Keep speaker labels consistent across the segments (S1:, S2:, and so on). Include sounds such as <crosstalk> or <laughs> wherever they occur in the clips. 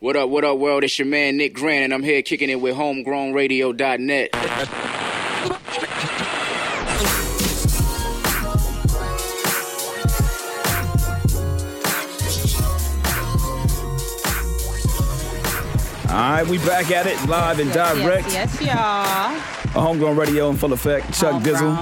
S1: What up, what up, world? It's your man Nick Grant, and I'm here kicking it with homegrownradio.net.
S2: All right, we back at it live and direct.
S3: Yes, yes,
S2: A homegrown radio in full effect. Chuck Dizzle,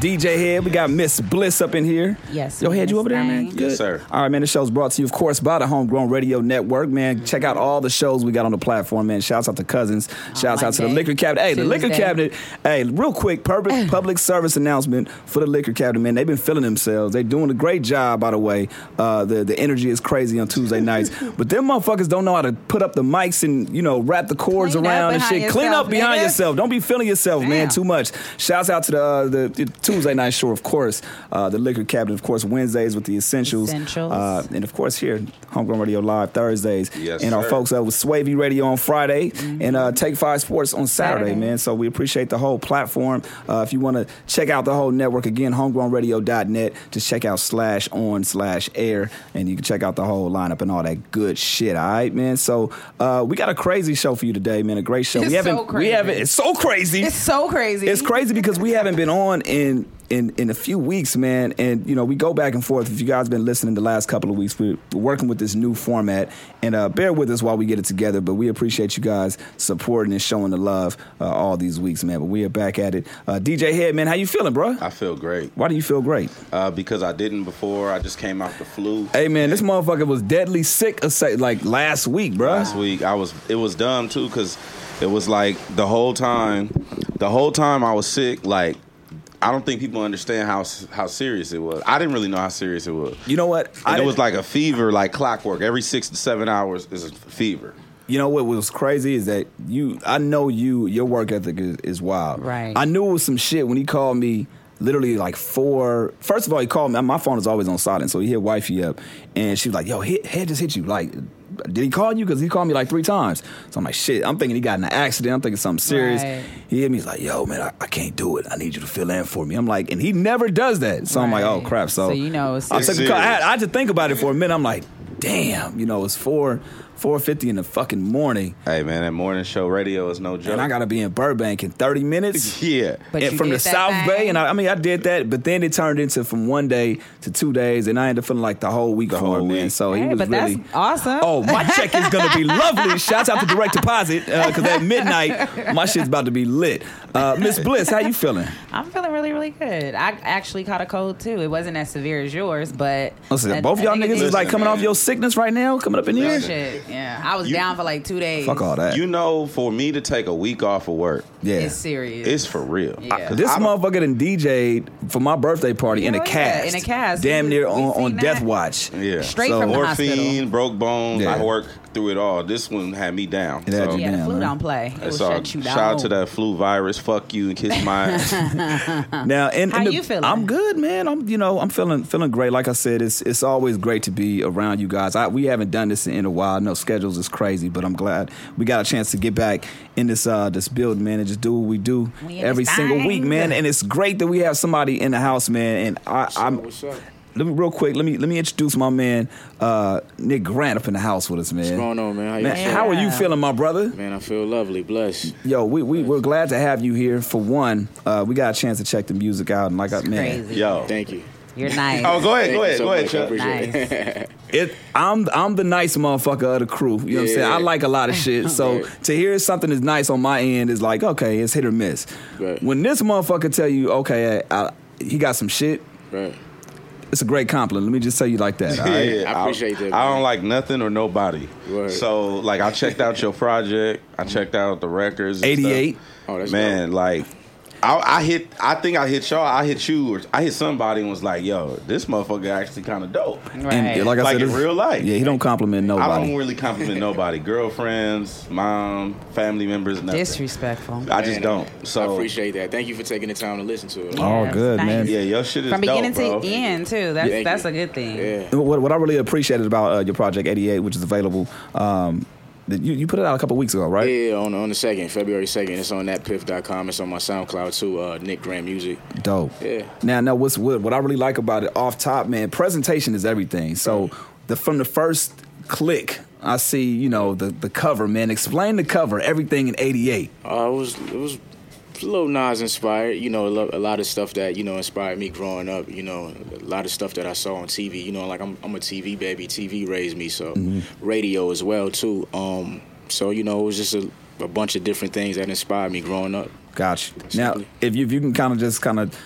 S2: DJ Head. We got Miss Bliss up in here.
S3: Yes,
S2: Yo, Head, you
S3: Miss
S2: over there, man?
S3: Thang.
S2: Good.
S4: Yes, sir.
S2: All right, man. The show's brought to you, of course, by the Homegrown Radio Network. Man, check out all the shows we got on the platform, man. Shouts out to Cousins. Shouts out to the
S3: Monday,
S2: Liquor Cabinet. Hey, the Liquor
S3: Oh Tuesday.
S2: Cabinet. Hey, real quick, public, public service announcement for the Liquor Cabinet, man. They've been feeling themselves. They're doing a great job, by the way. Uh, the, the energy is crazy on
S3: <laughs>
S2: Tuesday nights. But them motherfuckers don't know how to put up the mics and, you know, wrap the cords
S3: Clean up
S2: around and
S3: behind
S2: shit. Clean
S3: yourself,
S2: up behind
S3: nigga.
S2: yourself. Don't be feeling yourself, man,
S3: Damn.
S2: too much. Shouts out to the, uh, the, the Tuesday night show, of course. Uh, the Liquor Cabinet, of course, Wednesdays with the Essentials.
S3: Essentials.
S2: Uh, and, of course, here, Homegrown Radio Live Thursdays.
S4: Yes,
S2: and our
S4: sir.
S2: folks over Swavey Radio on Friday and uh, Take Five Sports on Saturday,
S3: Mm-hmm. Saturday.
S2: man. So we appreciate the whole platform. Uh, if you want to check out the whole network, again, homegrownradio.net. Just check out slash on slash air, and you can check out the whole lineup and all that good shit, all right, man? So uh, we got a crazy show for you today, man. A great show.
S3: It's so
S2: we haven't,
S3: crazy.
S2: We haven't, it's so crazy.
S3: It's so crazy.
S2: It's crazy because we haven't been on in in in a few weeks, man. And you know, we go back and forth. If you guys been listening the last couple of weeks, we're we're working with this new format. And uh, bear with us while we get it together. But we appreciate you guys supporting and showing the love uh, all these weeks, man. But we are back at it. Uh, DJ Head, man, how you feeling, bro?
S4: I feel great
S2: Why do you feel great?
S4: uh, because I didn't before. I just came out the flu.
S2: Hey, man, this motherfucker was deadly sick a sec- like last week, bro.
S4: last week. I was it was dumb too because it was like the whole time, the whole time I was sick. Like I don't think people understand how s- how serious it was. I didn't really know how serious it was.
S2: You know what?
S4: And it was
S2: didn't-
S4: like a fever, like clockwork. Every six to seven hours is a fever.
S2: You know what was crazy is that you. I know you. Your work ethic is, is wild.
S3: Right.
S2: I knew it was some shit when he called me. Literally like four. First of all, he called me. My phone is always on silent, so he hit wifey up, and she was like, "Yo, head, head just hit you." Like, did he call you? Because he called me like three times. So I'm like, "Shit." I'm thinking he got in an accident. I'm thinking something serious.
S3: Right.
S2: He hit me. He's like, "Yo, man, I, I can't do it. I need you to fill in for me." I'm like, and he never does that. So I'm like, "Oh
S3: Right.
S2: crap." So,
S3: So you know it's
S2: I, took the call. I, had,
S4: serious.
S2: I had to think about it for a minute. I'm like, damn, you know, it's four four fifty in the fucking morning,
S4: Hey man, that morning show radio is no joke.
S2: and I gotta be in Burbank in thirty <laughs> minutes.
S4: yeah.
S3: But
S2: and
S3: you
S2: from the
S3: did that
S2: South
S3: thing.
S2: Bay, and I, I mean, I did that, but then it turned into from one day to two days, and I ended up feeling like the whole week
S4: The
S2: for
S4: whole
S2: it, man.
S4: week.
S2: So he
S3: Hey, <laughs>
S2: was
S3: but
S2: really
S3: that's awesome.
S2: <laughs> Oh, my check is gonna
S3: <laughs>
S2: be lovely. Shouts out to direct deposit because at midnight, my shit's about to be lit. Uh, Miss Bliss, how you feeling?
S3: I'm feeling really, really good. I actually caught a cold too. It wasn't as severe as yours, but
S2: Listen,
S3: I-
S2: both
S3: I
S2: y'all
S3: think it
S2: niggas
S3: did-
S2: is like
S4: Listen,
S2: coming off
S4: man.
S2: your sickness right now, coming up in here.
S3: Shit, yeah. I was
S4: You-
S3: down for like two days.
S2: Fuck all that.
S4: You know, for me to take a week off of work,
S2: yeah.
S3: It's serious.
S4: it's for real.
S3: Yeah.
S4: I- 'cause
S2: This
S4: I don't-
S2: motherfucker done DJ'd for my birthday party in a
S3: Oh, yeah,
S2: cast.
S3: in a cast.
S2: Damn near
S3: We
S2: on,
S3: seen
S2: on
S3: that.
S2: Death Watch.
S4: Yeah.
S3: Straight
S2: So-
S3: from the hospital.
S4: Morphine, broke bones.
S2: Yeah.
S4: I worked through it all. This one had me down.
S2: It had
S4: so-
S2: you
S3: Yeah, the
S2: Damn,
S3: flu
S2: man.
S3: don't play. It will
S4: That's all.
S3: shut you down.
S4: Shout out to that flu virus. Fuck you and kiss
S3: <laughs>
S4: my ass.
S2: Now, and,
S3: How you feeling?
S2: I'm good, man. I'm you know I'm feeling feeling great. Like I said, it's it's always great to be around you guys. I, we haven't done this in a while. No schedules is crazy, but I'm glad we got a chance to get back in this uh this building, man, and just do what we do
S3: We
S2: every single
S3: understand.
S2: week, man. And it's great that we have somebody in the house, man. And I, I'm. Let me real quick. Let me let me introduce my man uh, Nick Grant up in the house with us, man.
S5: What's going on, man? How you
S2: Man,
S5: feeling?
S2: how are you
S3: Yeah.
S2: feeling, my brother?
S5: Man, I feel lovely, blessed.
S2: Yo, we, we we're glad to have you here. For one, uh, we got a chance to check the music out, and like I man,
S3: Crazy.
S4: Yo.
S5: Thank you.
S1: <laughs>
S3: You're nice.
S4: Oh, go ahead,
S5: Thank
S4: go
S5: you
S4: ahead,
S5: so
S4: go ahead,
S5: much. I
S4: Chuck.
S5: appreciate it.
S3: nice.
S2: It, I'm I'm the nice motherfucker of the crew. You know what I'm
S5: Yeah.
S2: saying? I like a lot of shit. So to hear something that's nice on my end is like, okay, it's hit or miss.
S5: Right.
S2: When this motherfucker tell you, okay, I, I, he got some shit,
S5: Right.
S2: it's a great compliment. Let me just tell you like that. all
S4: <laughs>
S2: right?
S4: Yeah,
S5: I appreciate that,
S4: I
S5: man.
S4: don't like nothing or nobody.
S5: Word.
S4: So like, I checked out your project. I checked out the records. and
S2: 88.
S4: stuff.
S5: Oh, that's
S4: man. Like, I, I hit. I think I hit y'all. I hit you. Or I hit somebody and was like, "Yo, this motherfucker actually kind of dope."
S3: Right.
S2: like I
S4: Like
S2: said,
S4: in
S2: it's-
S4: real life.
S2: Yeah, he don't compliment nobody.
S4: I don't really
S2: <laughs>
S4: compliment nobody. Girlfriends, mom, family members, nothing.
S3: Disrespectful.
S4: I just don't. So
S5: I
S4: appreciate.
S5: appreciate that. Thank you for taking the time to listen to it.
S2: Oh,
S3: Yeah,
S2: good,
S3: nice.
S2: man.
S4: Yeah, your shit is
S3: From beginning
S4: dope,
S3: to
S4: bro.
S3: end too. That's
S5: Thank
S3: that's
S5: you.
S3: a good thing.
S5: Yeah.
S2: What, what I really appreciated about uh, your project 88, which is available, um, that you, you put it out a couple weeks ago, right?
S5: Yeah,
S1: On, on the second, February second, it's on thatpiff.com. It's on my SoundCloud too. Uh, Nick Graham Music.
S2: Dope.
S1: Yeah.
S2: Now, now, what's what, what I really like about it off top, man? Presentation is everything. So, the from the first click, I see you know the the cover, man. Explain the cover, everything in '88.
S1: Uh, it was it was a little Nas inspired. You know, a lo- a lot of stuff that you know inspired me growing up. You know, a lot of stuff that I saw on TV. You know, like I'm I'm a TV baby. TV raised me,
S2: Mm-hmm.
S1: so radio as well too. Um, so you know, it was just a, a bunch of different things that inspired me growing up.
S2: Gotcha. Now, if you if you can kind of just kind of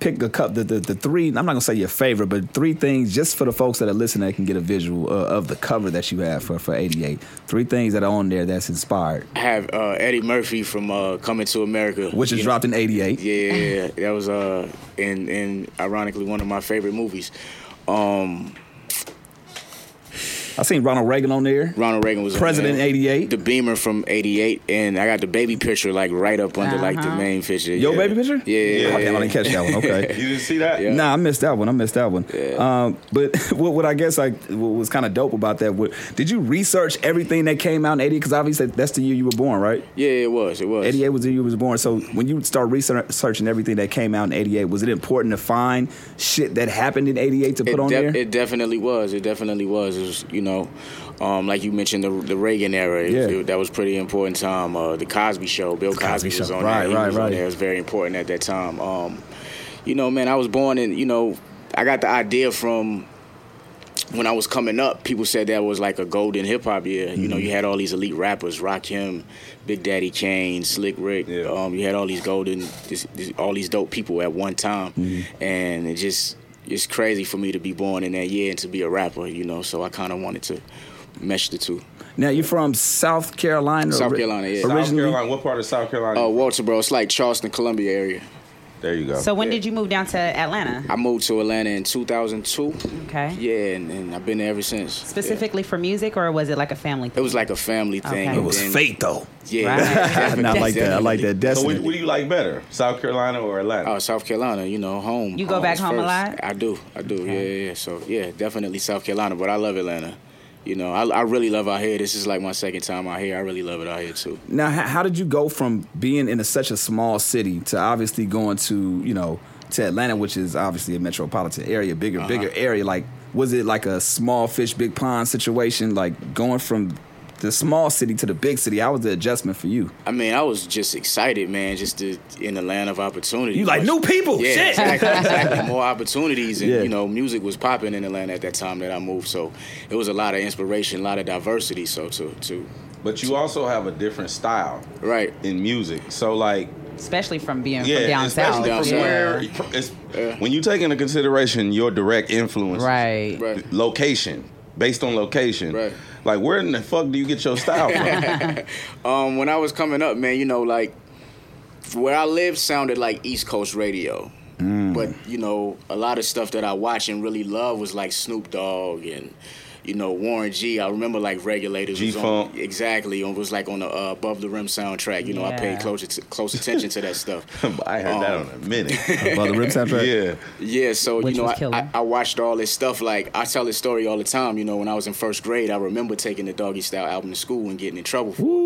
S2: pick a cup the, the the three, I'm not gonna say your favorite, but three things just for the folks that are listening that can get a visual uh, of the cover that you have for for '88. Three things that are on there that's inspired,
S1: I have uh, Eddie Murphy from uh, Coming to America,
S2: which is
S1: you know,
S2: dropped in '88.
S1: Yeah, that was uh, and and ironically one of my favorite movies. Um,
S2: I seen Ronald Reagan on there.
S1: Ronald Reagan was on
S2: President
S1: there.
S2: '88.
S1: the Beamer from '88, and I got the baby picture like right up under like the
S3: Uh-huh.
S1: main picture.
S2: Yo,
S1: yeah.
S2: baby picture.
S1: Yeah,
S2: Okay, I didn't catch that one.
S1: <laughs>
S2: Okay.
S4: You didn't see that?
S1: Yeah.
S2: Nah, I missed that one. I missed that one. Um, but <laughs> what, what I guess like what was kind of dope about that? What, did you research everything that came out in '88? Because obviously that's the year you were born, right?
S1: yeah, it was, it was.
S2: '88 was the year you was born. So when you start researching everything that came out in '88, was it important to find shit that happened in '88 to put
S1: it
S2: on
S1: def-
S2: there?
S1: It definitely was. It definitely was. It was you know, um, like you mentioned the the Reagan era. It-
S2: Yeah.
S1: it- that was pretty important time. Uh, the Cosby Show. Bill Cosby,
S2: Cosby
S1: was
S2: Show.
S1: on
S2: Right,
S1: there. He
S2: right,
S1: was
S2: right.
S1: On there. It was very important at that time. Um, you know, man, I was born in. You know, I got the idea from. When I was coming up, people said that was like a golden hip hop year. You
S2: Mm-hmm.
S1: know, you had all these elite rappers, Rakim, Big Daddy Kane, Slick Rick.
S4: Yeah.
S1: Um, you had all these golden, this, this, all these dope people at one time, and it just it's crazy for me to be born in that year and to be a rapper, you know. So I kind of wanted to mesh the two.
S2: now you're from South Carolina.
S1: South
S2: ori-
S1: Carolina, yeah.
S4: South
S2: Originally,
S4: Carolina. What part of South Carolina?
S1: Uh, Walterboro, it's like Charleston, Columbia area.
S4: there you go.
S3: So when did you move down to Atlanta?
S1: I moved to Atlanta in 2002.
S3: Okay.
S1: Yeah, and, and I've been there ever since.
S3: Specifically for music, or was it like a family
S1: Yeah. It
S3: thing?
S1: was like a family thing.
S3: Okay.
S2: it was
S1: and then-
S2: fate though. <laughs>
S1: Yeah,
S3: Right.
S1: definitely,
S2: Not like that. I like that.
S4: So
S2: Destiny.
S4: what, what do you like better, South Carolina or Atlanta?
S1: Oh, South Carolina, you know, home.
S3: You go
S1: Home
S3: back
S1: is
S3: home a
S1: first.
S3: lot?
S1: I do, I do. Yeah, yeah, yeah. So yeah, definitely South Carolina, but I love Atlanta. You know, I, I really love out here. This is like my second time out here. I really love it out here too.
S2: Now, how, how did you go from being in a, such a small city to obviously going to you know to Atlanta, which is obviously a metropolitan area, bigger,
S1: Uh-huh.
S2: bigger area? Like, was it like a small fish, big pond situation? Like going from the small city to the big city, how was the adjustment for you?
S1: I mean, I was just excited, man, just to, in the land of opportunity.
S2: You like new people?
S1: Yeah,
S2: Shit. <laughs>
S1: exactly, exactly. More opportunities, and
S2: Yeah.
S1: you know, music was popping in Atlanta at that time that I moved. So it was a lot of inspiration, a lot of diversity. So to to
S4: But you also have a different style
S1: right,
S4: in music. So like,
S3: Especially from being
S4: yeah,
S3: from down south.
S4: especially from
S1: Yeah.
S4: where it's, when you take into consideration your direct influence,
S3: Right.
S1: right.
S4: Location based on location,
S1: Right.
S4: Like, where in the fuck do you get your style from?
S1: <laughs> Um, when I was coming up, man, you know, like where I lived sounded like East Coast radio.
S4: Mm.
S1: But you know, a lot of stuff that I watched and really loved was like Snoop Dogg and you know Warren G. I remember like Regulators was on
S4: G-Funk.
S1: exactly on was like on the uh, Above the Rim soundtrack. You know, I paid
S3: Yeah.
S1: close att- close attention to that
S4: <laughs>
S1: stuff.
S4: I heard that
S1: Um,
S4: on
S1: <laughs>
S4: a minute.
S2: Well, the rip soundtrack.
S4: yeah,
S1: Yeah, so
S3: Which
S1: you know,
S3: was
S1: I,
S3: killer.
S1: I, I watched all this stuff. Like I tell this story all the time. You know, when I was in first grade, I remember taking the Doggy Style album to school and getting in trouble for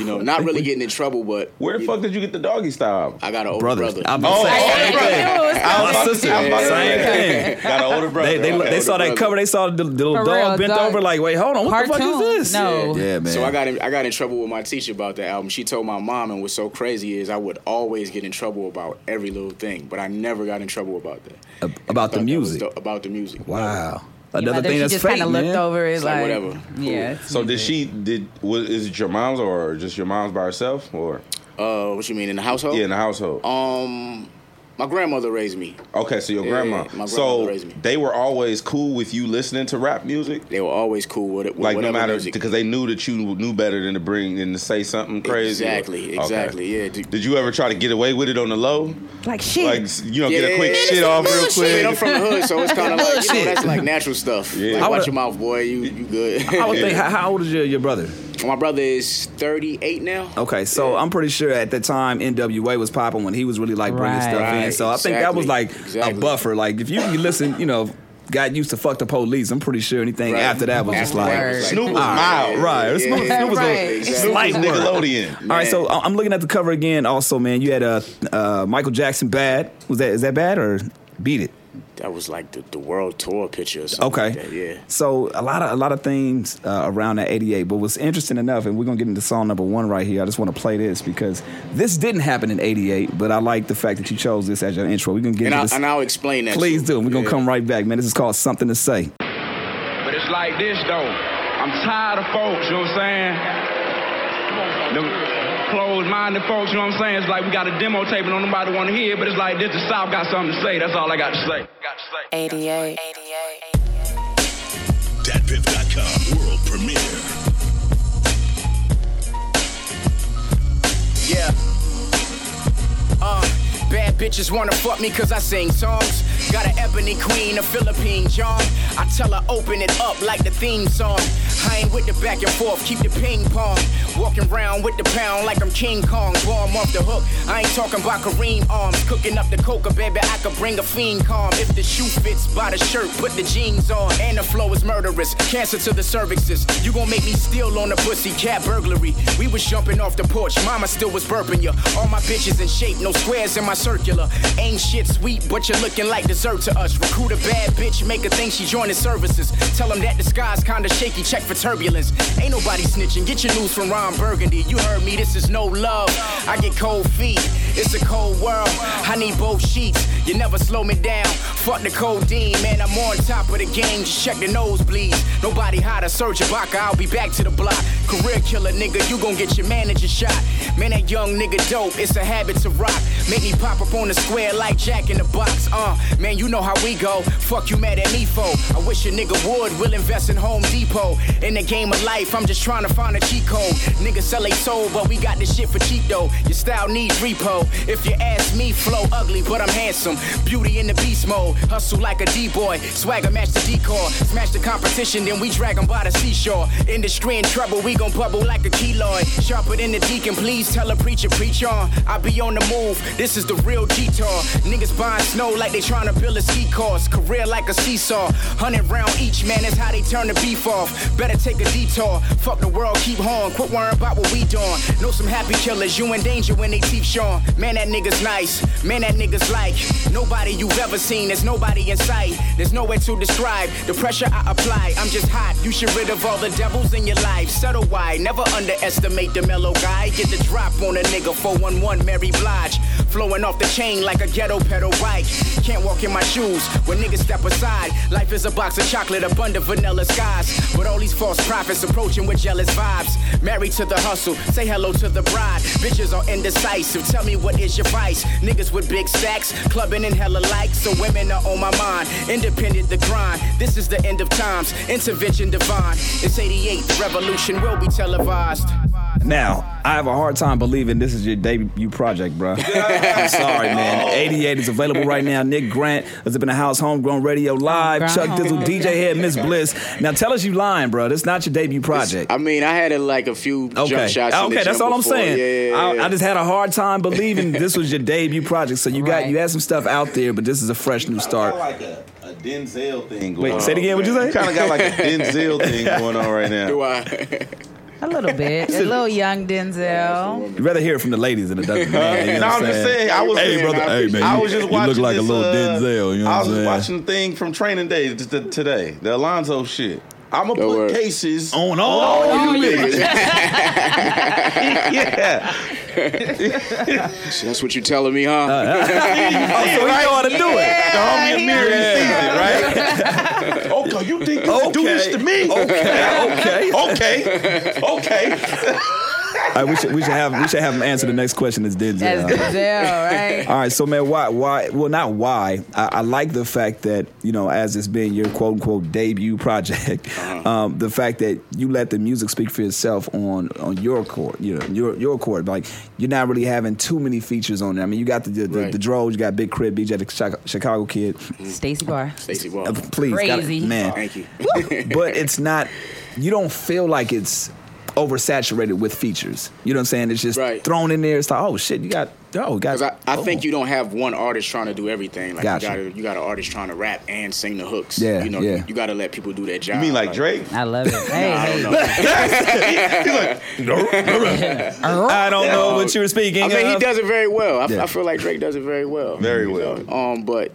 S1: you know, not really getting in trouble, but
S4: Where the
S1: you
S4: fuck
S1: know,
S4: did you get the doggy style?
S1: I got an older
S6: Brothers.
S1: brother.
S6: I'm
S4: Oh,
S6: oh,
S4: older
S6: same
S4: brother.
S3: It was
S4: I was about to
S6: sister.
S4: say- I was about to
S6: Same
S1: <laughs>
S6: <laughs>
S4: say- Got an older brother.
S6: They, they,
S4: Okay.
S6: they saw that
S1: brother.
S6: cover. They saw the, the little
S3: For
S6: dog
S3: real,
S6: bent
S3: dog.
S6: over. Like, wait, hold on, what the fuck
S3: Cartoons?
S6: is this?
S3: No.
S6: yeah, man.
S1: So I got in, I got in trouble with my teacher about the album. She told my mom, and what's so crazy is I would always get in trouble about every little thing, but I never got in trouble about that.
S6: Ab- about the
S1: Thought that was
S6: music.
S1: dope- About the music.
S6: Wow,
S3: Your
S6: another
S3: mother,
S6: thing
S3: she
S6: that's
S3: just
S6: fake,
S3: kinda looked
S6: man.
S3: over it
S1: It's
S3: like,
S1: like, whatever.
S3: Yeah. it's
S4: So did
S3: music.
S4: she did? Was, is it your mom's or just your mom's by herself or
S1: Uh, what you mean in the household?
S4: yeah in the household?
S1: Um, my grandmother raised me.
S4: okay, so your
S1: yeah,
S4: grandma.
S1: yeah, my grandmother
S4: so
S1: raised me.
S4: they were always cool with you listening to rap music,
S1: They were always cool with it. With
S4: like no
S1: whatever
S4: matter
S1: music.
S4: because they knew that you knew better than to bring than to say something crazy. or-
S1: Exactly,
S4: Okay.
S1: exactly. Yeah, dude.
S4: Did you ever try to get away with it on the low?
S3: like shit?
S4: Like s- you know, get a
S1: Yeah,
S4: quick
S1: yeah,
S4: shit off real
S1: I mean, I'm
S4: quick.
S1: from the hood, so it's kind of like you know,
S6: Bullshit.
S1: that's like natural stuff.
S4: Yeah. I
S1: Like,
S6: would've-
S1: watch your mouth, boy. You you good?
S6: I
S1: <laughs>
S6: would think. How, how old is your, your brother?
S1: my brother is 38 now.
S2: Okay, so I'm pretty sure at the time NWA was popping when he was really like bringing
S3: Right.
S2: stuff in.
S1: Right,
S2: So I think that was
S1: exactly,
S2: like a
S1: exactly.
S2: buffer. Like if you you listen, you know, got used to fuck the police. I'm pretty sure anything
S1: Right.
S2: after that was just
S1: After
S2: like.
S1: that was
S4: Snoop was
S1: all
S4: mild.
S2: Right. Snoop-
S3: Snoop was a Right.
S1: Exactly.
S4: Snoop was
S6: Slight word.
S4: Nickelodeon.
S2: All right,
S1: Man.
S2: so I- I'm looking at the cover again. Also, man, you had uh, uh, Michael Jackson. Bad was that? Is that bad or beat it?
S1: That was like the, the world tour picture or something.
S2: Okay.
S1: like that, yeah.
S2: So a lot of a lot of things uh, around that '88, but what's interesting enough, and we're gonna get into song number one right here. I just want to play this because this didn't happen in '88, but I like the fact that you chose this as your intro. We're gonna get
S1: And,
S2: into
S1: I,
S2: this.
S1: and I'll explain that.
S2: Please
S1: to
S2: do.
S1: you.
S2: We're gonna
S1: Yeah.
S2: come right back, man. This is called Something to Say.
S7: But it's like this though. I'm tired of folks, you know what I'm saying? Them closed-minded folks, you know what I'm saying? It's like we got a demo tape and don't nobody want to hear, it, but it's like this, the South got something to say. That's all I got to say. Got to say.
S8: 88.
S9: Datpiff.com world premiere.
S7: Yeah. Uh, bad bitches wanna fuck me cause I sing songs. Got an ebony queen, a Philippine John. I tell her open it up like the theme song. I ain't with the back and forth, keep the ping pong. Walking round with the pound like I'm King Kong. Warm off the hook, I ain't talking about Kareem arms. Cooking up the coca, baby, I could bring a fiend calm. If the shoe fits, buy the shirt, put the jeans on. And the flow is murderous, cancer to the cervixes. You gon' make me steal on the pussy, cat burglary. We was jumping off the porch, mama still was burping ya. All my bitches in shape, no squares in my circular. Ain't shit sweet, but you're looking like dessert to us. Recruit a bad bitch, make her think she joining services. Tell them that the sky's kinda shaky, check for turbulence. Ain't nobody snitching, get your news from Ron Burgundy. You heard me, this is no love. I get cold feet, it's a cold world. I need both sheets, you never slow me down. Fuck the codeine, man, I'm on top of the game. Just check the nosebleeds. Nobody hotter, Serge Ibaka, I'll be back to the block. Career killer, nigga, you gon' get your manager shot. Man, that young nigga dope, it's a habit to rock. Make me pop up on the square like Jack in the box. Uh, man, you know how we go. Fuck you mad at me for. I wish a nigga would, will invest in Home Depot. In the game of life, I'm just trying to find a cheat code. Niggas sell they soul, but we got this shit for cheap though. Your style needs repo. If you ask me, flow ugly, but I'm handsome. Beauty in the beast mode, hustle like a D-boy. Swagger match the decor, smash the competition, then we drag 'em by the seashore. Industry in trouble, we gon' bubble like a keloid. Sharper than the deacon, please tell a preacher, preach on. I be on the move, this is the real detour. Niggas buying snow like they tryna build a ski course. Career like a seesaw, 100 round each, man, that's how they turn the beef off. Better take a detour, fuck the world, keep horn. Quit worrying about what we doing. Know some happy killers, you in danger when they teeth showing. Man, that nigga's nice, man, that nigga's like. Nobody you've ever seen, there's nobody in sight. There's nowhere to describe the pressure I apply. I'm just hot, you should rid of all the devils in your life. Settle why, never underestimate the mellow guy. Get the drop on a nigga, 411 Mary Blige. Flowing off the chain like a ghetto pedal bike. Can't walk in my shoes when niggas step aside. Life is a box of chocolate, a bund of vanilla skies. But all these false prophets approaching with jealous vibes. Married to the hustle, say hello to the bride. Bitches are indecisive, tell me what is your vice. Niggas with big stacks, clubbing in hella likes. So women are on my mind, independent the grind. This is the end of times, intervention divine. It's 88, the revolution will be televised.
S2: Now, I have a hard time believing this is your debut
S1: <laughs>
S2: project, bro. I'm sorry, man. 88 is available right now. Nick Grant is up in the house, Homegrown Radio Live, Chuck Dizzle,
S3: Homegrown.
S2: DJ Head, Miss Bliss. Now, tell us you lying, bro. This not your debut project.
S1: I mean, I had a, like a few
S2: Okay.
S1: jump shots. in the
S2: Okay, that's
S1: gym
S2: all I'm
S1: before.
S2: saying.
S1: Yeah, yeah, yeah.
S2: I, I just had a hard time believing this was your debut project. So you got
S3: Right.
S2: you had some stuff out there, but this is a fresh new
S4: I
S2: start.
S4: like a, a Denzel thing.
S1: <laughs>
S2: Wait, say it again, what'd you say?
S4: <laughs>
S2: <laughs>
S4: Kind of got like a Denzel thing going on right now.
S1: do I?
S3: A little bit. a little young Denzel.
S2: You'd rather hear it from the ladies than
S1: <laughs>
S2: it does the man. You know
S4: no,
S2: what
S4: I'm just saying. I was,
S1: Hey, brother,
S4: I,
S1: hey, man,
S4: I
S1: you-
S4: was just
S1: you
S4: watching.
S1: look like a
S4: this,
S1: little
S4: uh,
S1: Denzel, you know
S4: I
S1: what
S4: was
S1: I'm saying?
S4: just watching the thing from Training Day t- t- today, the Alonzo shit. I'm gonna
S1: Don't
S4: put
S1: worry.
S4: cases
S2: On all
S4: Oh, you
S1: <laughs>
S4: niggas. <laughs> yeah,
S1: So that's what you telling me,
S2: Uh,
S1: <laughs> huh?
S2: oh, so he know how to do it.
S4: the homie Amir he
S2: Yeah.
S4: sees it, right? okay, you think you can do
S2: Okay.
S4: this to me? <laughs>
S2: Okay, okay.
S4: Okay, okay.
S2: All right, we should we should have we should have him answer the next question. Is Denzel?
S3: As Denzel, right?
S2: All right, so man, why, why? Well, not why. I, I like the fact that you know, as it's been your quote unquote debut project,
S1: Uh-huh.
S2: um, the fact that you let the music speak for itself on on your court, you know, your your court. Like you're not really having too many features on there. I mean, you got the the,
S1: Right. Mm-hmm.
S2: the, Droz, you got Big Crib, BJ the Chicago, Chicago Kid.
S3: Stacy Barr.
S1: Stacy
S2: Uh,
S1: Walker.
S2: Please, gotta-
S3: Crazy.
S2: man.
S1: Thank you.
S2: <laughs> but it's not. You don't feel like it's oversaturated with features. You know what I'm saying? It's just
S1: Right.
S2: thrown in there. It's like, oh shit, you got oh, you got.
S1: Because <laughs> I, I
S2: oh.
S1: think you don't have one artist trying to do everything. Like
S2: Gotcha.
S1: you got you got an artist trying to rap and sing the hooks.
S2: Yeah,
S1: you know,
S2: yeah.
S1: you, got to let people do their job.
S4: You mean like Drake?
S3: I
S1: <laughs>
S3: love it. Hey,
S1: I
S3: hey.
S1: don't know. <laughs>
S4: <laughs> Oh.
S2: I don't know what you were speaking.
S1: I mean, he
S2: of.
S1: does it very well. I,
S2: Yeah.
S1: I feel like Drake does it very well.
S4: Very
S1: You
S4: well.
S1: know? Um, but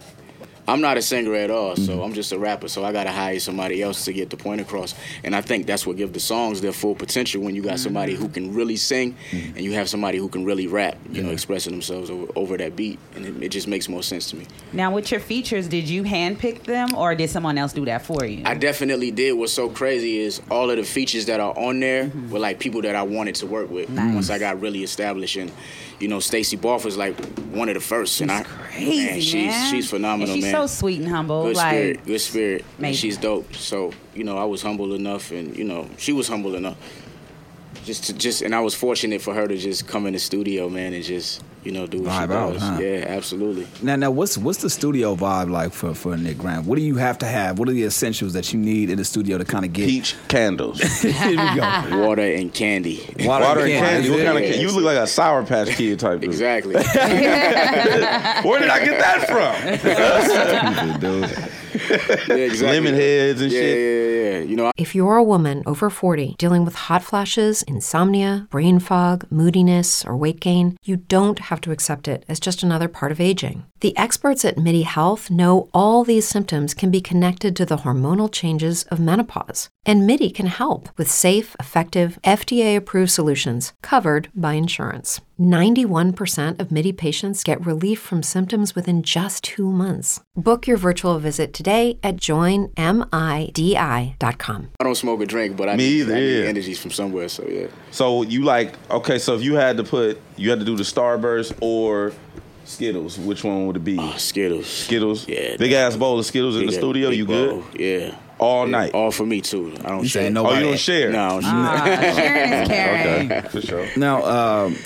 S1: I'm not a singer at all, so I'm just a rapper. So I gotta hire somebody else to get the point across, and I think that's what gives the songs their full potential when you
S4: Mm-hmm.
S1: got somebody who can really sing, and you have somebody who can really rap. You know, expressing themselves over, over that beat, and it, it just makes more sense to me.
S3: <laughs> Now, with your features, did you handpick them or did someone else do that for you?
S1: I definitely did. What's so crazy is all of the features that are on there
S3: Mm-hmm.
S1: were like people that I wanted to work with. Once I got really established, and you know, Stacey Barth was like one of the first. and I,
S3: Crazy, man.
S1: she's she's phenomenal,
S3: And she's
S1: man.
S3: so sweet and humble.
S1: Good
S3: like,
S1: spirit, good spirit.
S3: Amazing.
S1: And she's dope. So you know, I was humble enough, and you know, she was humble enough. Just to just, and I was fortunate for her to just come in the studio, man, and just you know do what she
S2: Vibe out,
S1: does.
S2: huh?
S1: Yeah, absolutely.
S2: Now, now, what's what's the studio vibe like for for Nick Graham? What do you have to have? What are the essentials that you need in the studio to kind of get?
S4: Peach candles,
S2: <laughs> Here we
S1: <laughs>
S2: go.
S1: Water and candy.
S4: water and candy. What kind of
S1: Yeah.
S4: can- you look like a Sour Patch Kid type dude?
S1: exactly.
S4: Where did I get that from?
S1: Yeah, exactly.
S4: Lemon heads and
S1: Yeah,
S4: shit.
S1: yeah, yeah, yeah. You know,
S10: If you're a woman over 40 dealing with hot flashes, insomnia, brain fog, moodiness, or weight gain, you don't have to accept it as just another part of aging. The experts at MIDI Health know all these symptoms can be connected to the hormonal changes of menopause, and MIDI can help with safe, effective, FDA approved solutions covered by insurance. 91% of MIDI patients get relief from symptoms within just two months. Book your virtual visit today at joinmidi.com.
S1: I don't smoke or drink, but I
S4: Me
S1: need,
S4: either,
S1: I need
S4: yeah.
S1: energies from somewhere. So yeah,
S4: So you like okay? So if you had to put, you had to do the Starburst or Skittles. Which one would it be?
S1: Uh, Skittles,
S4: Skittles.
S1: yeah,
S4: Big ass bowl of Skittles in the
S1: big-
S4: studio.
S1: big
S4: You
S1: bowl,
S4: good?
S1: Yeah,
S4: All
S1: Yeah,
S4: night.
S1: All for me too. I don't
S2: You
S1: share.
S2: saying
S4: Oh,
S2: nobody?
S4: you don't share?
S1: No, I don't share.
S3: Ah,
S1: <laughs>
S3: Sharon is caring.
S4: Okay, <laughs> for sure.
S2: Now, um,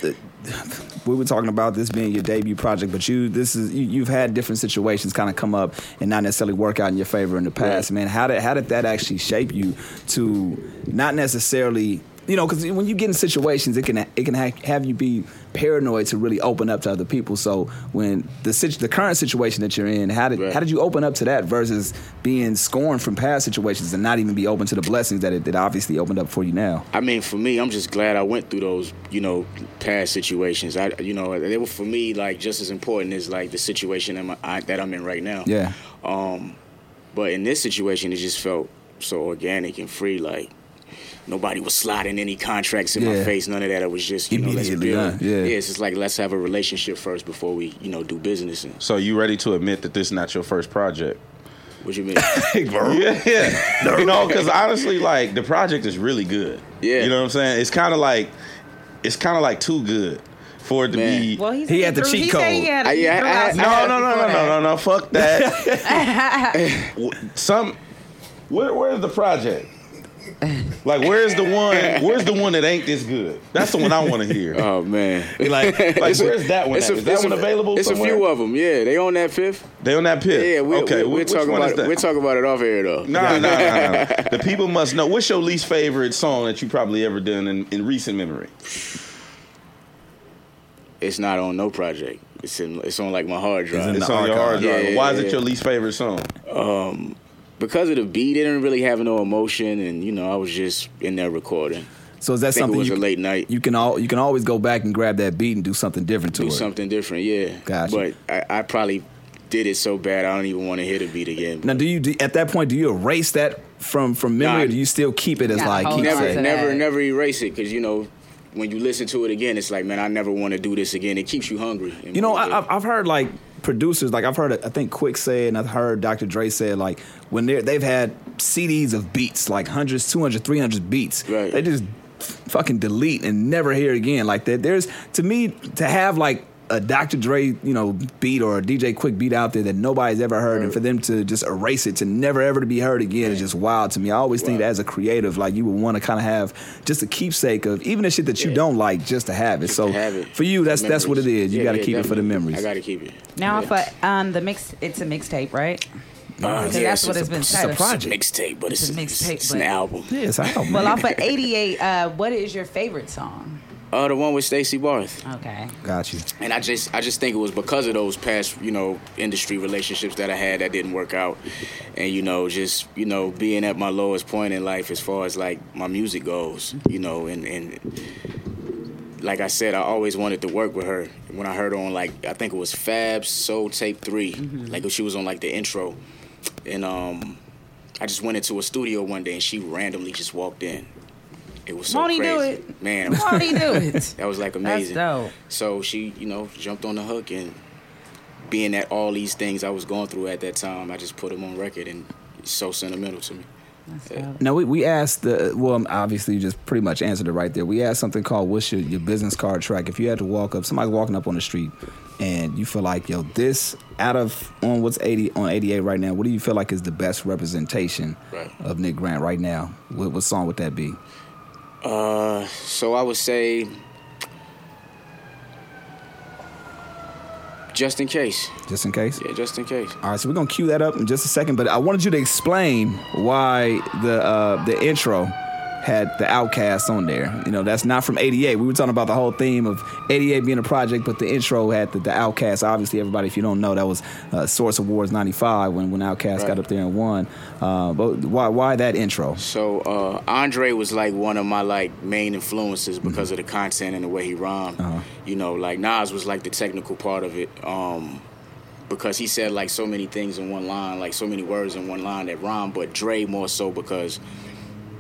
S2: we were talking about this being your debut project, but you this is you, you've had different situations kind of come up and not necessarily work out in your favor in the past. Man, how did how did that actually shape you to not necessarily you know because when you get in situations, it can it can ha- have you be paranoid to really open up to other people. So when the situ- the current situation that you're in, how did
S1: Right.
S2: how did you open up to that versus being scorned from past situations and not even be open to the blessings that it that obviously opened up for you now?
S1: I mean, for me, I'm just glad I went through those, you know, past situations. I, you know, they were for me like just as important as like the situation I'm, I, that I'm in right now.
S4: <laughs>
S2: Yeah.
S1: Um, but in this situation, it just felt so organic and free. Like nobody was sliding any contracts in my
S2: Yeah.
S1: face. None of that. It was just you know, let's
S2: Immediately
S1: build.
S2: done, yeah.
S1: it's just like let's have a relationship first before we, you know, do business. And
S4: So you ready to admit that this is not your first project?
S1: what
S4: <laughs>
S1: you mean?
S4: yeah, yeah. you know, because honestly, like the project is really good.
S1: Yeah.
S4: you know what I'm saying. It's kind of like, it's kind of like too good for it to
S1: Man.
S4: be.
S3: Well,
S2: He had the
S3: threw-
S2: cheat
S3: he said he
S2: code.
S3: had- he
S1: I- I-
S3: threw
S1: I-
S3: out some
S4: No,
S3: stuff
S4: no, no, no,
S3: before
S4: no,
S3: that.
S4: no, no. Fuck
S3: <laughs>
S4: that. W- Some. Where, where's the project? Like, where's the one? Where's the one that ain't this good? That's the one I want to hear.
S1: <laughs> oh man. <laughs>
S4: like, like where's that one? at? Is that
S1: it's
S4: one available?
S1: It's
S4: somewhere?
S1: a few of them. Yeah, they on that fifth.
S4: They on that pit.
S1: Yeah, we,
S4: okay.
S1: we,
S4: wh-
S1: we're
S4: which
S1: talking
S4: one
S1: about
S4: is
S1: it.
S4: that?
S1: We're talking about it off air though.
S4: No, no, no, no. no.
S1: <laughs>
S4: The people must know. What's your least favorite song that you probably ever done in, in
S3: <laughs>
S4: recent memory?
S1: It's not on no project. It's in, it's on like my hard drive.
S4: It's on your hard
S1: Yeah,
S4: drive.
S1: yeah, Um,
S4: Why is
S1: yeah.
S4: it your least favorite song?
S1: because of the beat, it didn't really have no emotion, and you know I was just in there recording.
S2: So is that
S1: think it
S2: something
S1: was
S2: you,
S1: a late night.
S2: You can all you can always go back and grab that beat and do something different to
S1: do
S2: it.
S1: something different. Yeah.
S2: Gotcha.
S1: But I, I probably did it so bad I don't even want to hear the beat again.
S2: Now, do you do, at that point do you erase that from from memory,
S1: Nah.
S2: or do you still keep it as
S3: Gotta
S2: like
S3: hold
S2: keep
S3: on
S1: never,
S3: to
S2: saying?
S1: never,
S3: that.
S1: never erase it because you know when you listen to it again, it's like, man, I never want to do this again. It keeps you hungry.
S2: You know, I, I've I've heard like producers like I've heard I think Quick said and I've heard Dr. Dre said like when they they've had CDs of beats like hundreds, 200, 300 beats,
S1: Right.
S2: they just fucking delete and never hear again. Like that, there's to me to have like a Dr. Dre you know beat or a DJ Quick beat out there that nobody's ever heard, and for them to just erase it to never ever to be heard again is just wild to me. I always think that as a creative, like you would want to kind of have just a keepsake of even the shit that you don't like, just to have it. so
S1: to have it.
S2: for you, that's that's what it
S1: Memories.
S2: is. You
S1: Yeah,
S2: got to
S1: yeah,
S2: keep it for the
S1: definitely.
S2: memories.
S1: I got to keep it.
S3: Now,
S1: yeah.
S3: if I, um, the mix, it's a mixtape, right?
S1: Uh,
S3: 'Cause
S1: yeah,
S3: that's what
S1: it's
S3: it's been
S1: a-
S3: titled.
S2: it's a project.
S1: Mixtape, but it's,
S3: It's a
S1: it's,
S3: mixtape,
S1: it's an
S3: but-
S1: album.
S2: yeah, it's out,
S3: Well,
S2: man.
S3: off of 88, uh, what is your favorite song?
S1: Uh, the one with Stacey Barth.
S3: Okay.
S2: got you.
S1: and I just I just think it was because of those past you know industry relationships that I had that didn't work out, and you know just you know being at my lowest point in life as far as like my music goes, you know, and and like I said, I always wanted to work with her. When I heard her on like I think it was Fab Soul Tape 3
S3: Mm-hmm.
S1: like she was on like the intro, and um I just went into a studio one day and she randomly just walked in. It was so
S3: Won't he
S1: crazy,
S3: do it?
S1: man. it was
S3: How do
S1: <laughs>
S3: you do it?
S1: that was like amazing.
S3: dope.
S1: So she, you know, jumped on the hook and being that all these things I was going through at that time, I just put them on record and it's so sentimental to me.
S2: Now we, we asked the well obviously you just pretty much answered it right there. We asked something called what's your, your business card track? If you had to walk up somebody walking up on the street and you feel like yo this out of on what's eighty on eighty eight right now, what do you feel like is the best representation
S1: Right.
S2: of Nick Grant right now? What, what song would that be?
S1: Uh, So I would say just in case.
S2: Just in case.
S1: Yeah, just in case.
S2: All right, so we're gonna cue that up in just a second, but I wanted you to explain why the uh, the intro had the Outcast on there. You know, that's not from '88. We were talking about the whole theme of '88 being a project, but the intro had the, the Outcast. Obviously, everybody, if you don't know, that was uh, Source Awards '95 when when Outcast
S1: Right.
S2: got up there and won. Uh, but why why that intro?
S1: So uh, Andre was like one of my like main influences because
S2: Mm-hmm.
S1: of the content and the way he rhymed.
S2: Uh-huh.
S1: You know, like Nas was like the technical part of it. Um, because he said like so many things in one line, like so many words in one line that rhyme, but Dre more so because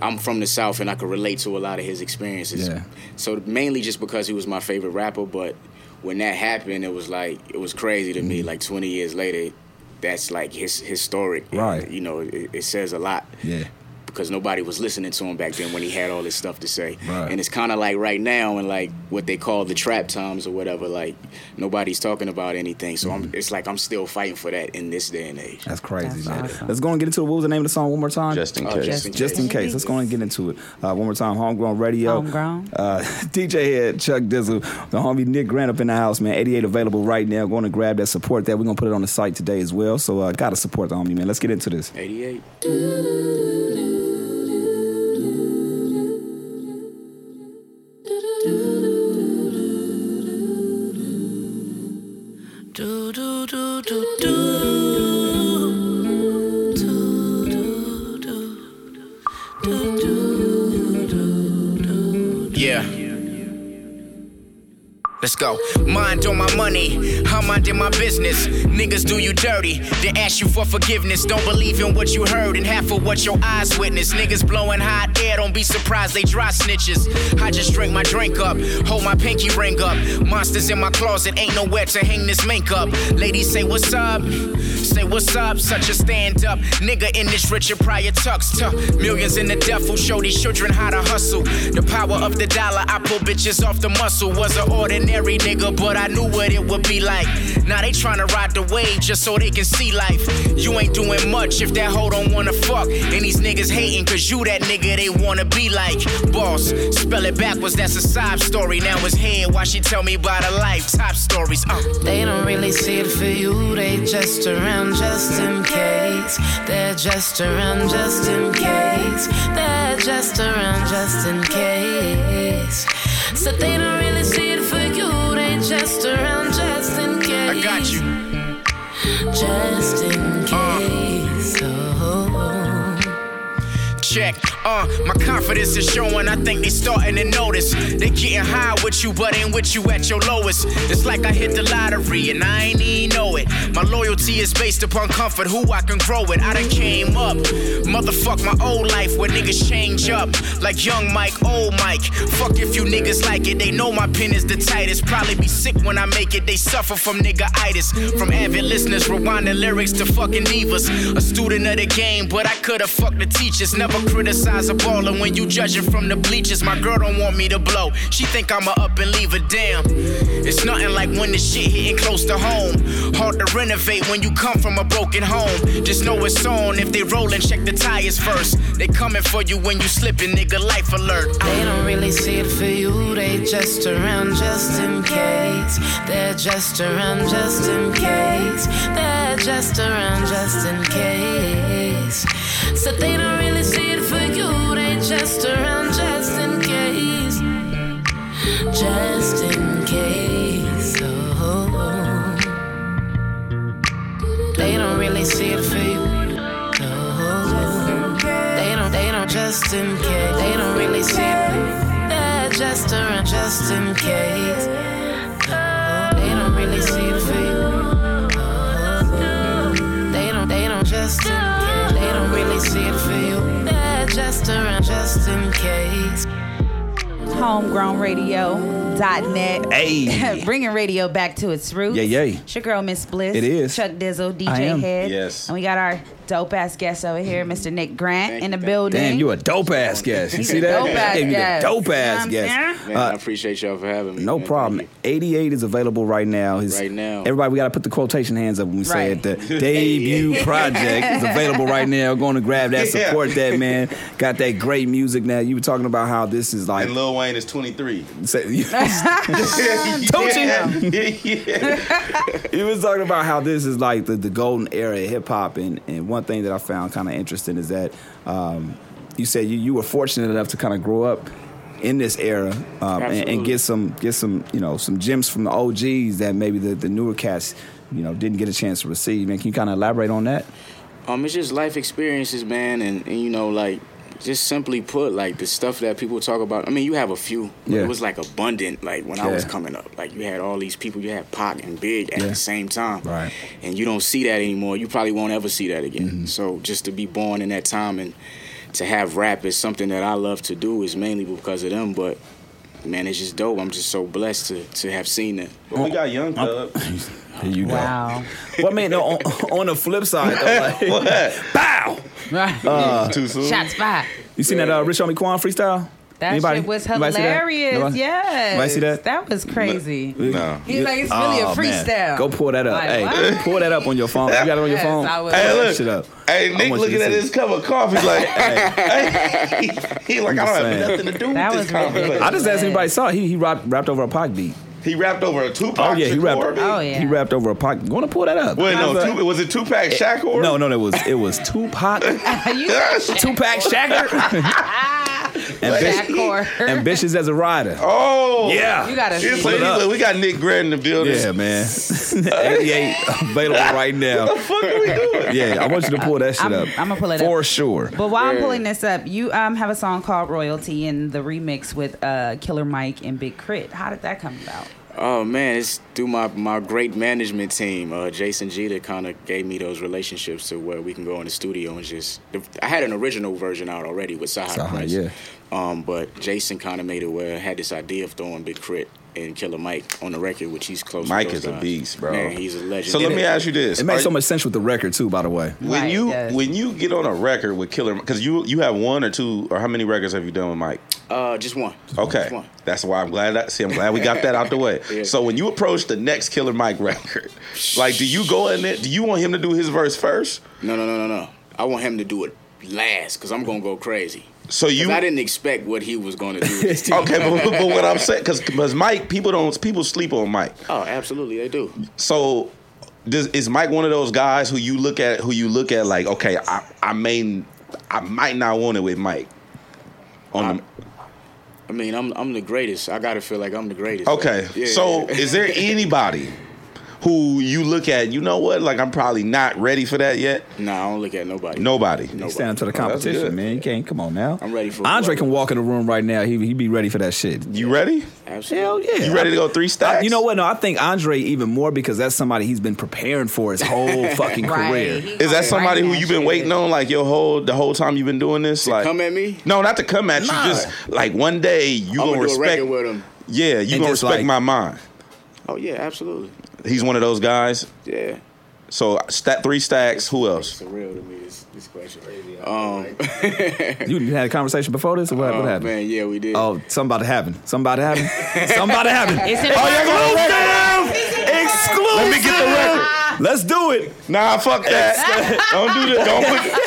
S1: I'm from the South and I could relate to a lot of his experiences.
S2: Yeah.
S1: So mainly just because he was my favorite rapper, but when that happened, it was like it was crazy to
S2: Mm-hmm.
S1: me. Like 20 years later, that's like his historic.
S2: Right.
S1: you know, it, it says a lot
S2: Yeah.
S1: because nobody was listening to him back then when he had all this stuff to say.
S2: Right.
S1: And it's kind of like right now and like what they call the trap times or whatever. Like nobody's talking about anything, so I'm, it's like I'm still fighting for that in this day and age.
S2: Mm-hmm. That's crazy,
S3: That's
S2: man.
S3: awesome.
S2: Let's go and get into it. What was the name of the song one more time?
S4: Just in
S1: Oh,
S4: case.
S1: just in
S2: Just in case. Let's go and get into it. Uh, one more time. Homegrown Radio.
S3: Homegrown.
S2: Uh, <laughs> DJ Head, Chuck Dizzle, the homie Nick Grant up in the house, man. 88 available right now. Going to grab that support that. We're going to put it on the site today as well. So, uh, got to support the homie, man. Let's get into this.
S1: 88.
S8: Do do do do do do do do do do do do.
S7: Yeah. Let's go. Mind on my money. I'm minding my business. Niggas do you dirty. They ask you for forgiveness. Don't believe in what you heard and half of what your eyes witness. Niggas blowing hot air. Don't be surprised they dry snitches. I just drink my drink up. Hold my pinky ring up. Monsters in my closet. Ain't nowhere to hang this makeup. Ladies say what's up. Say what's up. Such a stand up. Nigga in this Richard Pryor tux. Tuh. Millions in the duffel. Show these children how to hustle. The power of the dollar. I pull bitches off the muscle. Was an ordinary nigga, but I knew what it would be like. Now they tryna ride the wave just so they can see life. You ain't doing much if that hoe don't wanna fuck. And these niggas hating cause you that nigga they wanna be like. Boss, spell it backwards, that's a side story. Now it's head, why she tell me about her life? Top stories, uh.
S8: They don't really see it for you. They just around just in case. They're just around just in case. They're just around just in case. So they don't really see it for you. They just around just in case.
S7: I got you. Uh.
S8: Just in case. Oh.
S7: check. Uh, my confidence is showing, I think they starting to notice. They getting high with you, but ain't with you at your lowest. It's like I hit the lottery and I ain't even know it. My loyalty is based upon comfort, who I can grow with. I done came up. Motherfuck my old life where niggas change up. Like young Mike, old Mike. Fuck if you niggas like it, they know my pen is the tightest. Probably be sick when I make it, they suffer from nigga-itis. From avid listeners, rewinding lyrics to fucking divas. A student of the game, but I could've fucked the teachers. Never criticize a baller when you judging from the bleachers. My girl don't want me to blow. She think I'ma up and leave her damn. It's nothing like when the shit hitting close to home. Hard to renovate when you come from a broken home. Just know it's on. If they rollin', check the tires first. They coming for you when you slippin', nigga. Life alert.
S8: They don't really see it for you, they just around just in case. They're just around just in case. They're just around just in case. So they don't really see it for you, they just around just in case. Just in case. oh. They don't really see it for you. No. They don't, they don't just in case. They don't really see it. They're just around just in case. Oh, They don't really see it for you. Oh, They don't, they don't just in case. They don't really see it for you. They're just around just in case.
S3: homegrownradio.net. <laughs>
S2: Hey.
S3: Bringing radio back to its roots.
S2: Yeah, yeah.
S3: It's your girl, Miss Bliss.
S2: It is.
S3: Chuck Dizzle,
S2: I
S3: DJ
S2: am.
S3: Head.
S4: Yes.
S3: And we got our dope ass guest over here, Mr. Nick Grant, in the building.
S2: Damn, you a dope ass guest. You see that?
S3: dope ass
S2: Hey, you the
S3: guest.
S2: dope ass
S3: Um,
S2: guest.
S1: Man,
S2: Uh,
S1: I appreciate y'all for having me.
S2: No
S1: man.
S2: problem. 88 is available right now. His-
S1: Right now.
S2: Everybody, we got to put the quotation hands up when we say it.
S3: Right.
S2: The
S1: <laughs>
S2: debut project is available right now. Going to grab
S1: <laughs>
S2: that,
S4: Yeah.
S2: support that, man. Got that great music now. You were talking about how this is like.
S4: And Lil Wayne is 23.
S2: say-
S4: <laughs>
S2: <laughs> Told you was talking about how this is like the, the golden era of hip hop, and, and one thing that I found kind of interesting is that um, you said you, you were fortunate enough to kind of grow up in this era um, and, and
S1: Absolutely.
S2: get some get some you know some gems from the OGs that maybe the, the newer cats you know didn't get a chance to receive. And can you kind of elaborate on that?
S1: Um, it's just life experiences, man, and, and you know, like just simply put, like the stuff that people talk about. I mean, you have a few. but
S2: Yeah.
S1: It was like abundant, like when I was
S2: Yeah.
S1: coming up. Like you had all these people, you had Pac and Big at
S2: Yeah.
S1: the same time.
S2: Right.
S1: And you don't see that anymore. You probably won't ever see that again. So just to be born in that time and to have rap is something that I love to do is mainly because of them, but man, it's just dope. I'm just so blessed to, to have seen that.
S4: But we got Young Thug.
S2: <laughs> Here you
S3: Wow.
S2: go. Well, I mean, no, on, on the flip side, though,
S4: <laughs>
S2: like,
S4: What?
S2: <laughs> bow. Uh,
S3: Right.
S4: Too soon?
S3: Shots fired.
S2: You seen that uh, Rich Homie Quan freestyle?
S3: That
S2: Anybody-
S3: shit was
S2: anybody see that?
S3: hilarious.
S2: Nobody?
S3: Yes.
S2: Anybody see that?
S3: That was crazy.
S4: No.
S3: He's like, it's really a
S2: Oh, man.
S3: freestyle.
S2: Go pull that up.
S3: Like,
S2: hey,
S3: what?
S2: pull that up on your phone. You got it on your
S3: Yes,
S2: phone.
S3: I will.
S2: Pull
S3: Hey,
S2: that
S4: look.
S2: shit up.
S4: Hey,
S2: I
S4: Nick
S2: want you
S4: looking
S2: to
S4: at
S2: see
S4: his cup of coffee like, hey, he like, I don't
S2: just saying.
S4: have nothing to do
S3: That
S4: with
S3: was
S4: this conversation.
S2: I just asked anybody saw it. he he rapped, rapped over a Pac beat.
S4: He rapped over a Tupac.
S2: Oh yeah, he rapped.
S4: Shakur beat.
S3: Oh, yeah.
S2: He rapped over a Pac. Going to pull that up.
S4: Wait, no,
S2: How's that?
S4: two, was it Tupac Shakur?
S2: no, no, that was it
S4: <laughs>
S2: was Tupac,
S3: you
S2: <laughs> Tupac Shakur, <laughs>
S3: Jack
S2: Ambition-
S3: Core.
S2: ambitious as a rider.
S4: Oh,
S2: Yeah,
S3: You gotta
S4: It's
S3: see.
S4: like,
S2: it up.
S4: look, we got Nick Grant in the building. <laughs>
S2: yeah, man. 88 available right now.
S4: What the fuck are we doing?
S2: Yeah, I want you to pull that
S3: <laughs>
S2: shit
S3: I'm-
S2: up.
S3: I'ma pull it
S2: for
S3: up.
S2: sure.
S3: But while I'm pulling this up, you um have a song called Royalty and the remix with uh Killer Mike and Big Crit. How did that come about?
S1: Oh man, it's through my, my great management team, uh, Jason G, that kind of gave me those relationships to where we can go in the studio and just. I had an original version out already with Sahaj
S2: Sahaj,
S1: Price,
S2: yeah.
S1: um, but Jason kind of made it where I had this idea of throwing Big Crit and Killer Mike on the record, which he's close.
S4: Mike
S1: with those
S4: is a
S1: guys.
S4: beast, bro.
S1: Man, he's a legend.
S4: So let
S1: And
S4: me
S1: it-
S4: ask you this:
S2: It makes
S4: Are-
S2: so much sense with the record too, by the way.
S4: When
S3: Right,
S4: you
S3: yes.
S4: when you get on a record with Killer, because you you have one or two or how many records have you done with Mike?
S1: Uh, just one. Just
S4: Okay,
S1: one.
S4: that's why I'm glad. That, see, I'm glad we got that out the way.
S1: <laughs> Yeah.
S4: So when you approach the next Killer Mike record, like, do you go in it? Do you want him to do his verse first?
S1: No, no, no, no, no. I want him to do it last because I'm gonna go crazy.
S4: So
S1: 'Cause
S4: you
S1: I didn't expect what he was gonna do.
S2: <laughs>
S1: with this team.
S4: <laughs> okay? But, but what I'm saying, because Mike, people don't people sleep on Mike.
S1: Oh, absolutely, they do.
S4: So does, is Mike one of those guys who you look at who you look at like okay I I may I might not want it with Mike on
S1: I mean, I'm I'm the greatest. I gotta feel like I'm the greatest.
S4: the, okay
S1: <laughs> Yeah,
S4: so
S1: yeah.
S4: is there anybody who you look at, you know what? Like I'm probably not ready for that yet.
S1: Nah, I don't look at nobody.
S4: Nobody.
S2: You
S4: nobody.
S2: stand up to the competition, man. You can't. Come on now.
S1: I'm ready for
S2: Andre
S1: it.
S2: can walk in the room right now. He he be ready for that shit.
S4: You ready?
S2: Hell
S1: Absolutely.
S2: yeah.
S4: You ready to go three stacks?
S2: You know what? No, I think Andre even more because that's somebody he's been preparing for
S1: <laughs>
S2: his whole fucking
S3: Right.
S2: career.
S3: He
S4: Is
S3: gonna
S4: that somebody
S3: write
S4: who
S3: that
S4: you've been
S3: shit.
S4: waiting on like your whole the whole time you've been doing this? like
S1: come at me?
S4: No, not to come at
S2: Nah.
S4: you. Just like one day you
S1: I'm gonna
S4: gonna
S1: do a
S4: respect.
S1: record with him.
S4: Yeah, you
S2: And
S4: gonna
S2: just,
S4: respect
S2: like-
S4: my mind.
S1: Oh yeah, absolutely.
S4: He's one of those guys.
S1: Yeah.
S4: So stat three stacks. Who
S1: It's
S4: else?
S1: surreal to me this, this question.
S2: <laughs>
S1: Um,
S4: <laughs>
S2: You you had a conversation before this, or what,
S1: oh,
S2: what happened?
S1: man, yeah, we did.
S2: Oh, something about to happen. Something about to
S3: <laughs>
S2: happen. something about to happen.
S3: It's in
S4: Oh, y'all gonna let
S2: Exclusive.
S4: Let me get the record.
S2: Let's do it.
S4: Nah, fuck
S1: <laughs>
S4: that. don't do that. Don't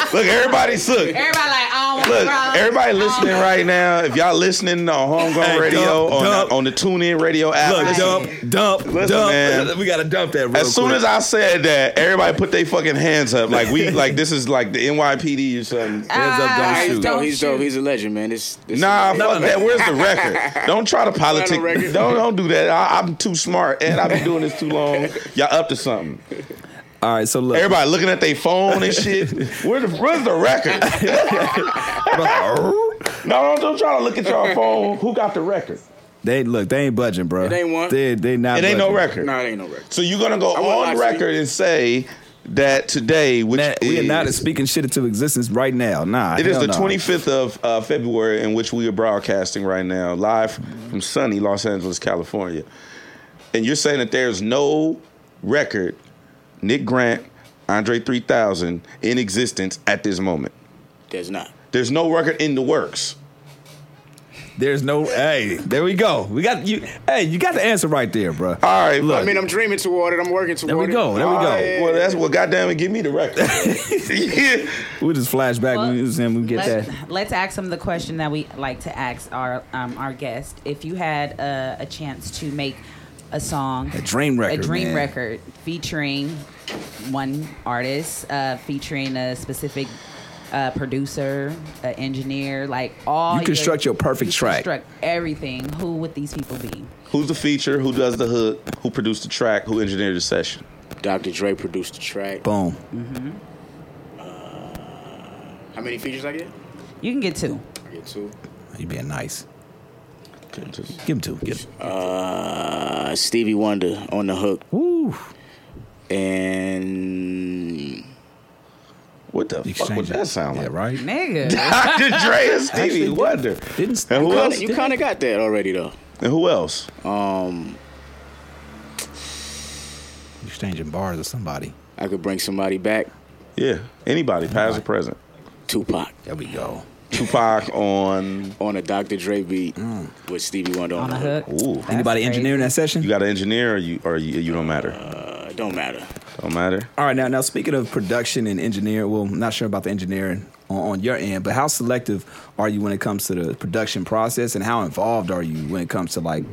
S4: put, look, everybody's look.
S3: Everybody like, oh,
S4: Look,
S3: bro.
S4: everybody listening right now, if y'all listening on Homegrown
S2: Hey,
S4: Radio,
S2: dump,
S4: on,
S2: dump.
S4: The, on the TuneIn Radio app,
S2: Look,
S4: listen,
S2: dump, dump,
S4: Listen,
S2: dump.
S4: man.
S2: We gotta dump that. Real
S4: as soon
S2: quick.
S4: as I said that, everybody put their fucking hands up. Like we, like this is like the NYPD or something.
S2: Hands up,
S3: Ah,
S2: don't
S1: Nah, he's
S2: shoot.
S1: dope. He's dope.
S3: shoot.
S1: He's a legend, man. This, this
S4: Nah,
S1: is-
S4: fuck that. Where's
S1: <laughs>
S4: the record? Don't try to politic.
S1: record.
S4: Don't don't do that. I, I'm too smart, and I've been doing this too long.
S1: <laughs>
S4: Y'all up to something?
S2: All right, so look.
S4: Everybody looking
S2: <laughs>
S4: at their phone and shit. Where the, where's the record? no, don't, don't try to look at your phone. <laughs> Who got the record?
S2: They look. They ain't budging, bro.
S1: It ain't one.
S2: They they not.
S4: It ain't no
S2: budging.
S4: record.
S1: Nah, it ain't no record.
S4: So you're gonna go
S1: I wouldn't lie
S4: on
S1: to
S4: record and say that today, which
S2: Nah, we are
S4: is,
S2: not speaking shit into existence right now. Nah,
S4: it is
S2: Ah, hell
S4: the
S2: no.
S4: 25th of uh, February, in which we are broadcasting right now, live from sunny Los Angeles, California. And you're saying that there's no record, Nick Grant, Andre 3000, in existence at this moment.
S1: There's not.
S4: There's no record in the works.
S2: There's no. Hey, there we go. We got you. Hey, you got the answer right there, bro.
S4: All right,
S2: Look.
S1: I mean, I'm dreaming toward it. I'm working toward
S2: There we
S1: it.
S2: go, there we
S4: All
S2: go.
S4: right, Well, that's well. Goddamn it, give me the
S2: <laughs>
S4: record. <laughs> Yeah.
S2: We just flash back.
S3: Well,
S2: we, and we get
S3: let's,
S2: that.
S3: let's ask them the question that we like to ask our um, our guest. If you had uh, a, a chance to make a song,
S2: A dream record,
S3: a dream
S2: man.
S3: record featuring one artist, uh, featuring a specific uh, producer, uh, engineer, like all
S2: You construct your perfect
S3: you
S2: track.
S3: Construct everything. Who would these people be?
S4: Who's the feature? Who does the hook? Who produced the track? Who engineered the session?
S1: Dr. Dre produced the track.
S2: Boom.
S1: Mm-hmm. Uh, How many features I get?
S3: You can get two.
S1: I get two.
S2: You being nice. Give him two. Give him.
S1: Uh, Stevie Wonder on the hook,
S2: Woo.
S1: and
S4: What the fuck would
S2: it.
S4: that sound like?
S2: Yeah, right.
S3: Nigga.
S4: <laughs> Dr. Dre and Stevie
S2: Actually,
S4: Wonder.
S2: Didn't
S4: And who else?
S1: you kind of got that already though.
S4: And who else?
S1: Um,
S2: exchanging bars with somebody?
S1: I could bring somebody back.
S4: Yeah, anybody, past or present.
S1: Tupac
S2: There we go.
S4: Tupac on.
S1: on a Dr. Dre beat
S2: Mm.
S1: with Stevie Wonder on,
S3: On the hook.
S4: Ooh,
S2: Anybody
S3: crazy.
S2: engineering that session?
S4: you got an engineer, or you or you, you don't matter.
S1: Uh, don't matter.
S4: Don't matter.
S2: All right, now now speaking of production and engineer, well, I'm not sure about the engineering on, on your end, but how selective are you when it comes to the production process, and how involved are you when it comes to like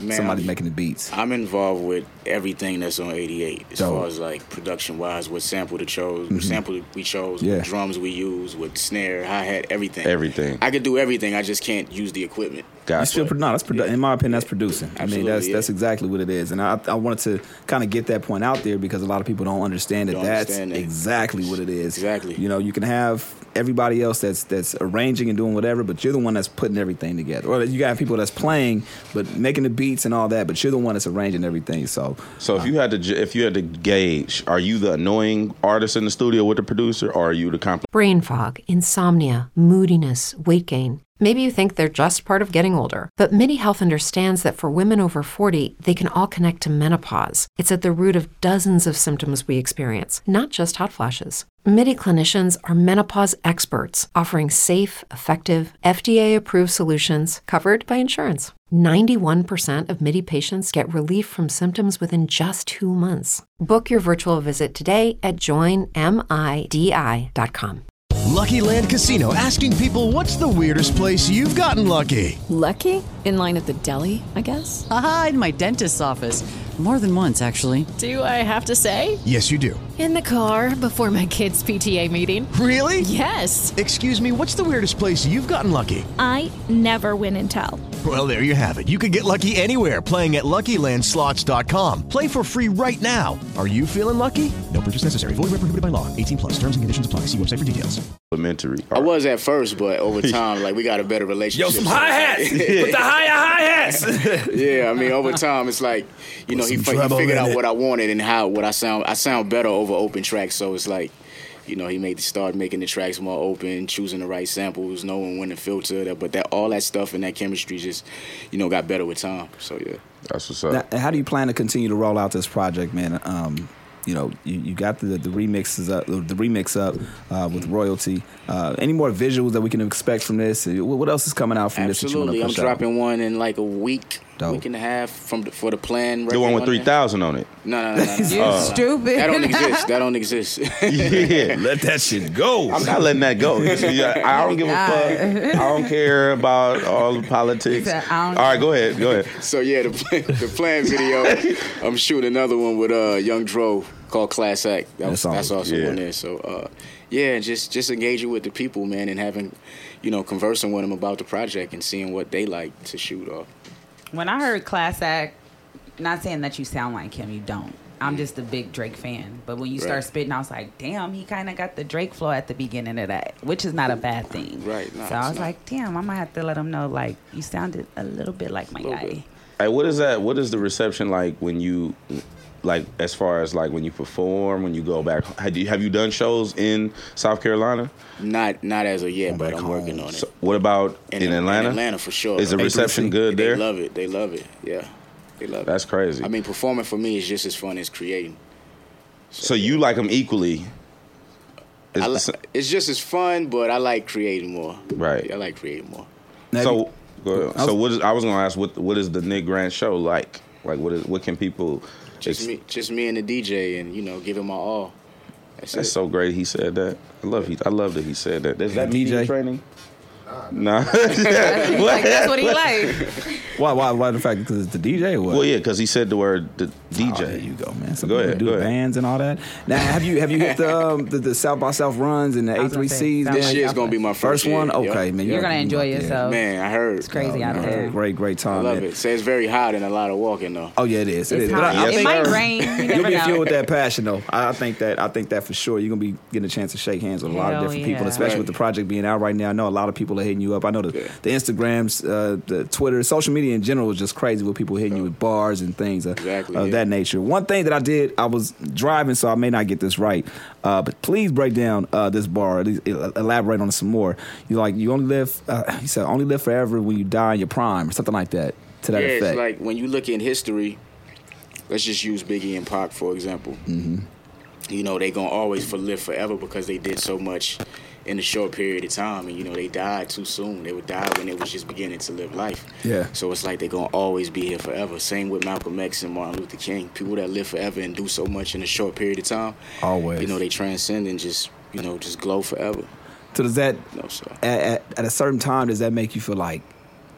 S1: Man,
S2: somebody
S1: I'm-
S2: making the beats?
S1: I'm involved with everything that's on 88 as
S2: Dope. Mm-hmm.
S1: far as like production wise, what sample to chose, what sample we chose,
S2: Yeah.
S1: what drums we use, what snare, hi hat, everything.
S4: Everything.
S1: I could do everything. I just can't use the equipment.
S2: You
S4: Gotcha.
S2: still produ- no, that's produ- in my opinion, that's producing. I mean,
S1: Absolutely,
S2: that's
S1: yeah.
S2: that's exactly what it is, and I, I wanted to kind of get that point out there because a lot of people don't understand that
S1: Don't
S2: that's
S1: understand that.
S2: exactly what it is.
S1: Exactly.
S2: You know, you can have everybody else that's that's arranging and doing whatever, but you're the one that's putting everything together, or you got people that's playing but making the beats and all that, but you're the one that's arranging everything. So
S4: So if you had to, ju- if you had to gauge, are you the annoying artist in the studio with the producer, or are you the compl-
S10: Brain fog, insomnia, moodiness, weight gain. Maybe you think they're just part of getting older, but MIDI Health understands that for women over 40, they can all connect to menopause. It's at the root of dozens of symptoms we experience, not just hot flashes. MIDI clinicians are menopause experts, offering safe, effective, FDA approved solutions covered by insurance. 91% of MIDI patients get relief from symptoms within just two months. Book your virtual visit today at joinmidi.com.
S11: Lucky Land Casino asking people what's the weirdest place you've gotten lucky?
S12: Lucky? In line at the deli, I guess?
S8: Aha, in my dentist's office. More than once, actually.
S12: Do I have to say?
S11: Yes, you do.
S12: In the car before my kids' PTA meeting.
S11: Really?
S12: Yes.
S11: Excuse me, what's the weirdest place you've gotten lucky?
S13: I never win and tell.
S11: Well, there you have it. You can get lucky anywhere playing at LuckyLandSlots.com. Play for free right now. Are you feeling lucky? No purchase necessary. Void where prohibited by law. 18 plus. Terms and conditions apply. See website for details.
S4: Elementary.
S1: I was at first, but
S4: <laughs>
S1: over time, like we got a better relationship.
S2: Yo, some
S1: <laughs>
S2: hi hats. Put the higher hi hats.
S1: yeah, I mean, over time, it's like you know, he, fi- he figured out what I wanted and how what I sound. I sound better over open tracks, so it's like. You know, he made start making the tracks more open, choosing the right samples, knowing when to filter. That, but that all that stuff and that chemistry just, you know, got better with time. So yeah,
S4: That's what's up.
S2: Now, how do you plan to continue to roll out this project, man? Um, you know, you, you got the, the remixes up, the remix up uh, with royalty. Uh, any more visuals that we can expect from this? Uh, What what else is coming out from
S1: absolutely. I'm
S2: this? that you wanna push out?
S1: dropping one in like a week,
S2: Dope.
S1: week and a half from the, for the plan.
S4: the one with
S1: record
S4: three Uh, thousand on it.
S1: No, no, no, no,
S3: <laughs>
S1: no.
S3: You
S1: no.
S3: stupid.
S1: That don't
S2: <laughs>
S1: exist. That don't exist.
S4: Yeah.
S2: Let that shit go. Oh
S4: I'm not letting that go.
S2: <laughs>
S4: Yeah, I don't give a fuck. I don't care about all the
S3: <laughs>
S4: politics.
S3: He said, I
S4: all
S3: don't-
S4: right, go ahead. Go ahead.
S1: so yeah, the plan, the plan
S4: <laughs>
S1: video. I'm shooting another one with uh Young Dro called Class Act. That was,
S2: That's awesome.
S1: that's also
S4: Yeah.
S1: on there. So uh, yeah, just just engaging with the people, man, and having you know conversing with them about the project and seeing what they like to shoot off.
S3: When I heard Class Act, not saying that you sound like him, you don't. I'm just a big Drake fan. But when you
S1: Mm. Right.
S3: start spitting, I was like, damn, he kind of got the Drake flow at the beginning of that, which is not a bad thing.
S1: Right, no,
S3: so I
S1: it's
S3: was
S1: not.
S3: like, damn, I might have to let him know, like, you sounded a little bit like my
S1: Little
S3: guy.
S1: bit.
S4: Hey, what is that? What is the reception like when you, like, as far as like when you perform, when you go back? Have you have you done shows in South Carolina?
S1: Not not as of yet, but
S2: back
S1: I'm
S2: home.
S1: working on it.
S4: So what about
S1: And
S4: in Atlanta?
S1: Atlanta for sure.
S4: Is the
S1: They-
S4: reception good
S1: they
S4: there?
S1: love it. They love it. Yeah, they love
S4: That's
S1: it.
S4: crazy.
S1: I mean, performing for me is just as fun as creating.
S4: so you like them equally?
S1: I li-
S4: Is-
S1: it's just as fun, but I like creating more.
S4: Right.
S1: I like creating more.
S2: Now, have you-
S4: so, go ahead. so what is? I was gonna ask what what is the Nick Grant show like? Like what is what can people?
S1: Just
S4: ex-
S1: me, just me and the DJ, and you know, give it my all. That's,
S4: That's
S1: it.
S4: so great. He said that. I love he. I love that he said that. Does that mean
S2: DJ?
S4: you're training? Nah. <laughs>
S3: Like, that's what he like.
S2: why? Why? Why the fact? Because it's the DJ. Or what?
S4: well, yeah, because he said the word the DJ.
S2: Oh, there you go, man. Some
S4: Go
S2: people
S4: ahead,
S2: do
S4: go ahead.
S2: bands and all that. Now, have you have you hit the um, the, the South by South runs and the
S3: was gonna say,
S2: A3Cs?
S3: sounds
S1: This
S3: like
S2: then?
S1: year's gonna be my first,
S2: First one,
S1: year.
S2: okay,
S1: Yep.
S2: man.
S3: You're going to enjoy
S2: yeah.
S3: yourself.
S1: Man, I heard.
S3: It's crazy
S1: Yeah,
S3: out
S1: I
S3: there.
S1: heard.
S2: Great, great time.
S1: I love
S2: man.
S1: it. Say it's very hot and a lot of walking though.
S2: Oh yeah, it is. It
S3: It's
S2: is.
S3: hot.
S4: I-
S3: it
S4: Yes,
S3: might
S4: sir.
S3: rain. You
S2: You'll
S3: never
S2: be
S3: know.
S2: filled with that passion, though. I I think that I think that for sure. You're gonna be getting a chance to shake hands with a lot of
S3: Hell
S2: different people,
S3: yeah.
S2: especially
S1: Right.
S2: with the project being out right now. I know a lot of people are hitting you up. I know the,
S1: Yeah.
S2: the Instagrams, uh, the Twitter, social media in general is just crazy with people hitting you with bars and things uh,
S1: Oh. Exactly,
S2: of
S1: yeah.
S2: that nature. One thing that I did, I was driving, so I may not get this right, uh, but please break down uh, this bar. At least el- elaborate on it some more. You like you only live. Uh, you said only live forever when you die in your prime or something like that. To that
S1: yeah,
S2: effect.
S1: it's like when you look in history. Let's just use Biggie and Pac for example.
S2: Mm-hmm.
S1: You know, they gonna always for live forever because they did so much in a short period of time, and you know they died too soon. They would die when they was just beginning to live life.
S2: Yeah.
S1: So it's like they're gonna always be here forever. Same with Malcolm X and Martin Luther King. People that live forever and do so much in a short period of time.
S2: Always.
S1: You know they transcend and just you know just glow forever.
S2: So does that
S1: No, sir.
S2: at, at, at a certain time does that make you feel like,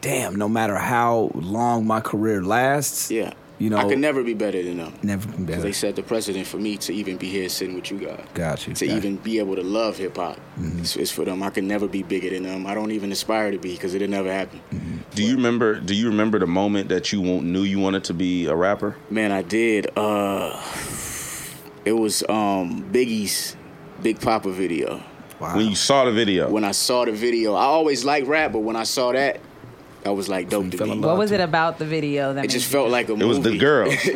S2: damn, no matter how long my career lasts,
S1: Yeah.
S2: you know,
S1: I could never be better than them.
S2: never can
S1: Because
S2: better.
S1: they set the precedent for me to even be here sitting with you guys.
S2: Got you, Mm-hmm.
S1: To
S2: got
S1: even be able to love hip hop. It's, it's for them. I can never be bigger than them. I don't even aspire to be because it'll never happen.
S2: Mm-hmm.
S4: Do you remember? Do you remember the moment that you wa- knew you wanted to be a rapper?
S1: Man, I did. Uh, it was um, Biggie's Big Papa video.
S2: Wow.
S4: When you saw the video,
S1: When I saw the video, I always liked rap, but when I saw that, I was like dope
S2: you
S1: to
S2: fell in
S1: me.
S2: love.
S3: What was it about the video that
S1: It
S3: made
S1: just
S3: you-
S1: felt like a movie.
S4: it was
S1: <laughs>
S4: the girls. it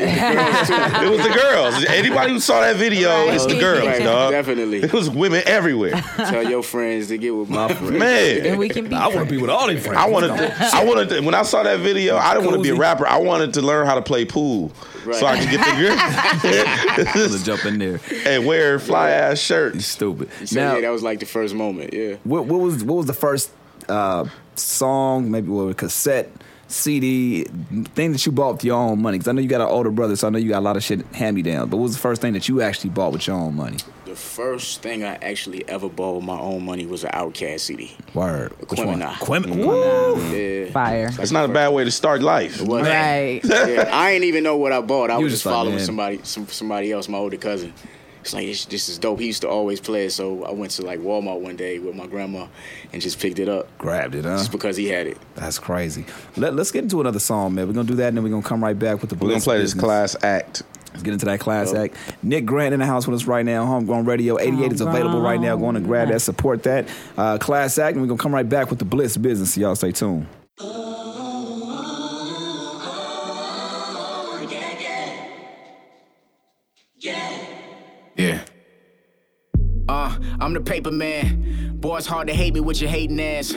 S4: was the girls. Anybody who saw that video, it's the girls,
S1: Right,
S4: dog.
S1: definitely.
S4: It was women everywhere.
S1: Tell your friends to get with my friends.
S3: And
S4: Man,
S3: we can be.
S2: I want to be with all these friends.
S4: I wanted. To, I wanted. To, when I saw that video, I didn't want to be a
S2: Cozy.
S4: rapper. I wanted to learn how to play pool, so I
S1: Right.
S4: could get the
S1: <laughs>
S4: <laughs> girl
S2: to jump in there.
S4: and wear fly ass shirts.
S2: Stupid.
S1: So,
S2: now,
S1: yeah, that was like the first moment. Yeah.
S2: what, what was what was the first uh, song? Maybe well, cassette. CD thing that you bought with your own money because I know you got an older brother, so I know you got a lot of shit hand me down. But what was the first thing that you actually bought with your own money?
S1: The first thing I actually ever borrowed my own money was an Outcast CD.
S2: Word. Which one?
S1: Quemini.
S2: Quemini.
S1: Yeah.
S3: Fire.
S4: It's not a bad way to start life.
S1: Well,
S3: Right.
S1: yeah, I ain't even know what I bought. I
S2: You
S1: was
S2: just
S1: just
S2: like,
S1: following
S2: man.
S1: somebody, some, somebody else, my older cousin. it's like this, this is dope. He used to always play it, so I went to like Walmart one day with my grandma and just picked it up.
S6: Grabbed it, huh?
S1: Just because he had it.
S6: That's crazy. Let, us get into another song, man. We're gonna do that, and then we're gonna come right back with the.
S4: We're gonna play business. this class act.
S6: Let's get into that class act. Nick Grant in the house with us right now. Homegrown Radio 88 Homegrown. is available right now. Going to grab that, support that uh, class act, and we're gonna come right back with the Bliss business. So y'all stay tuned.
S7: Yeah. Uh, I'm the paper man. Boy, it's hard to hate me with your hating ass.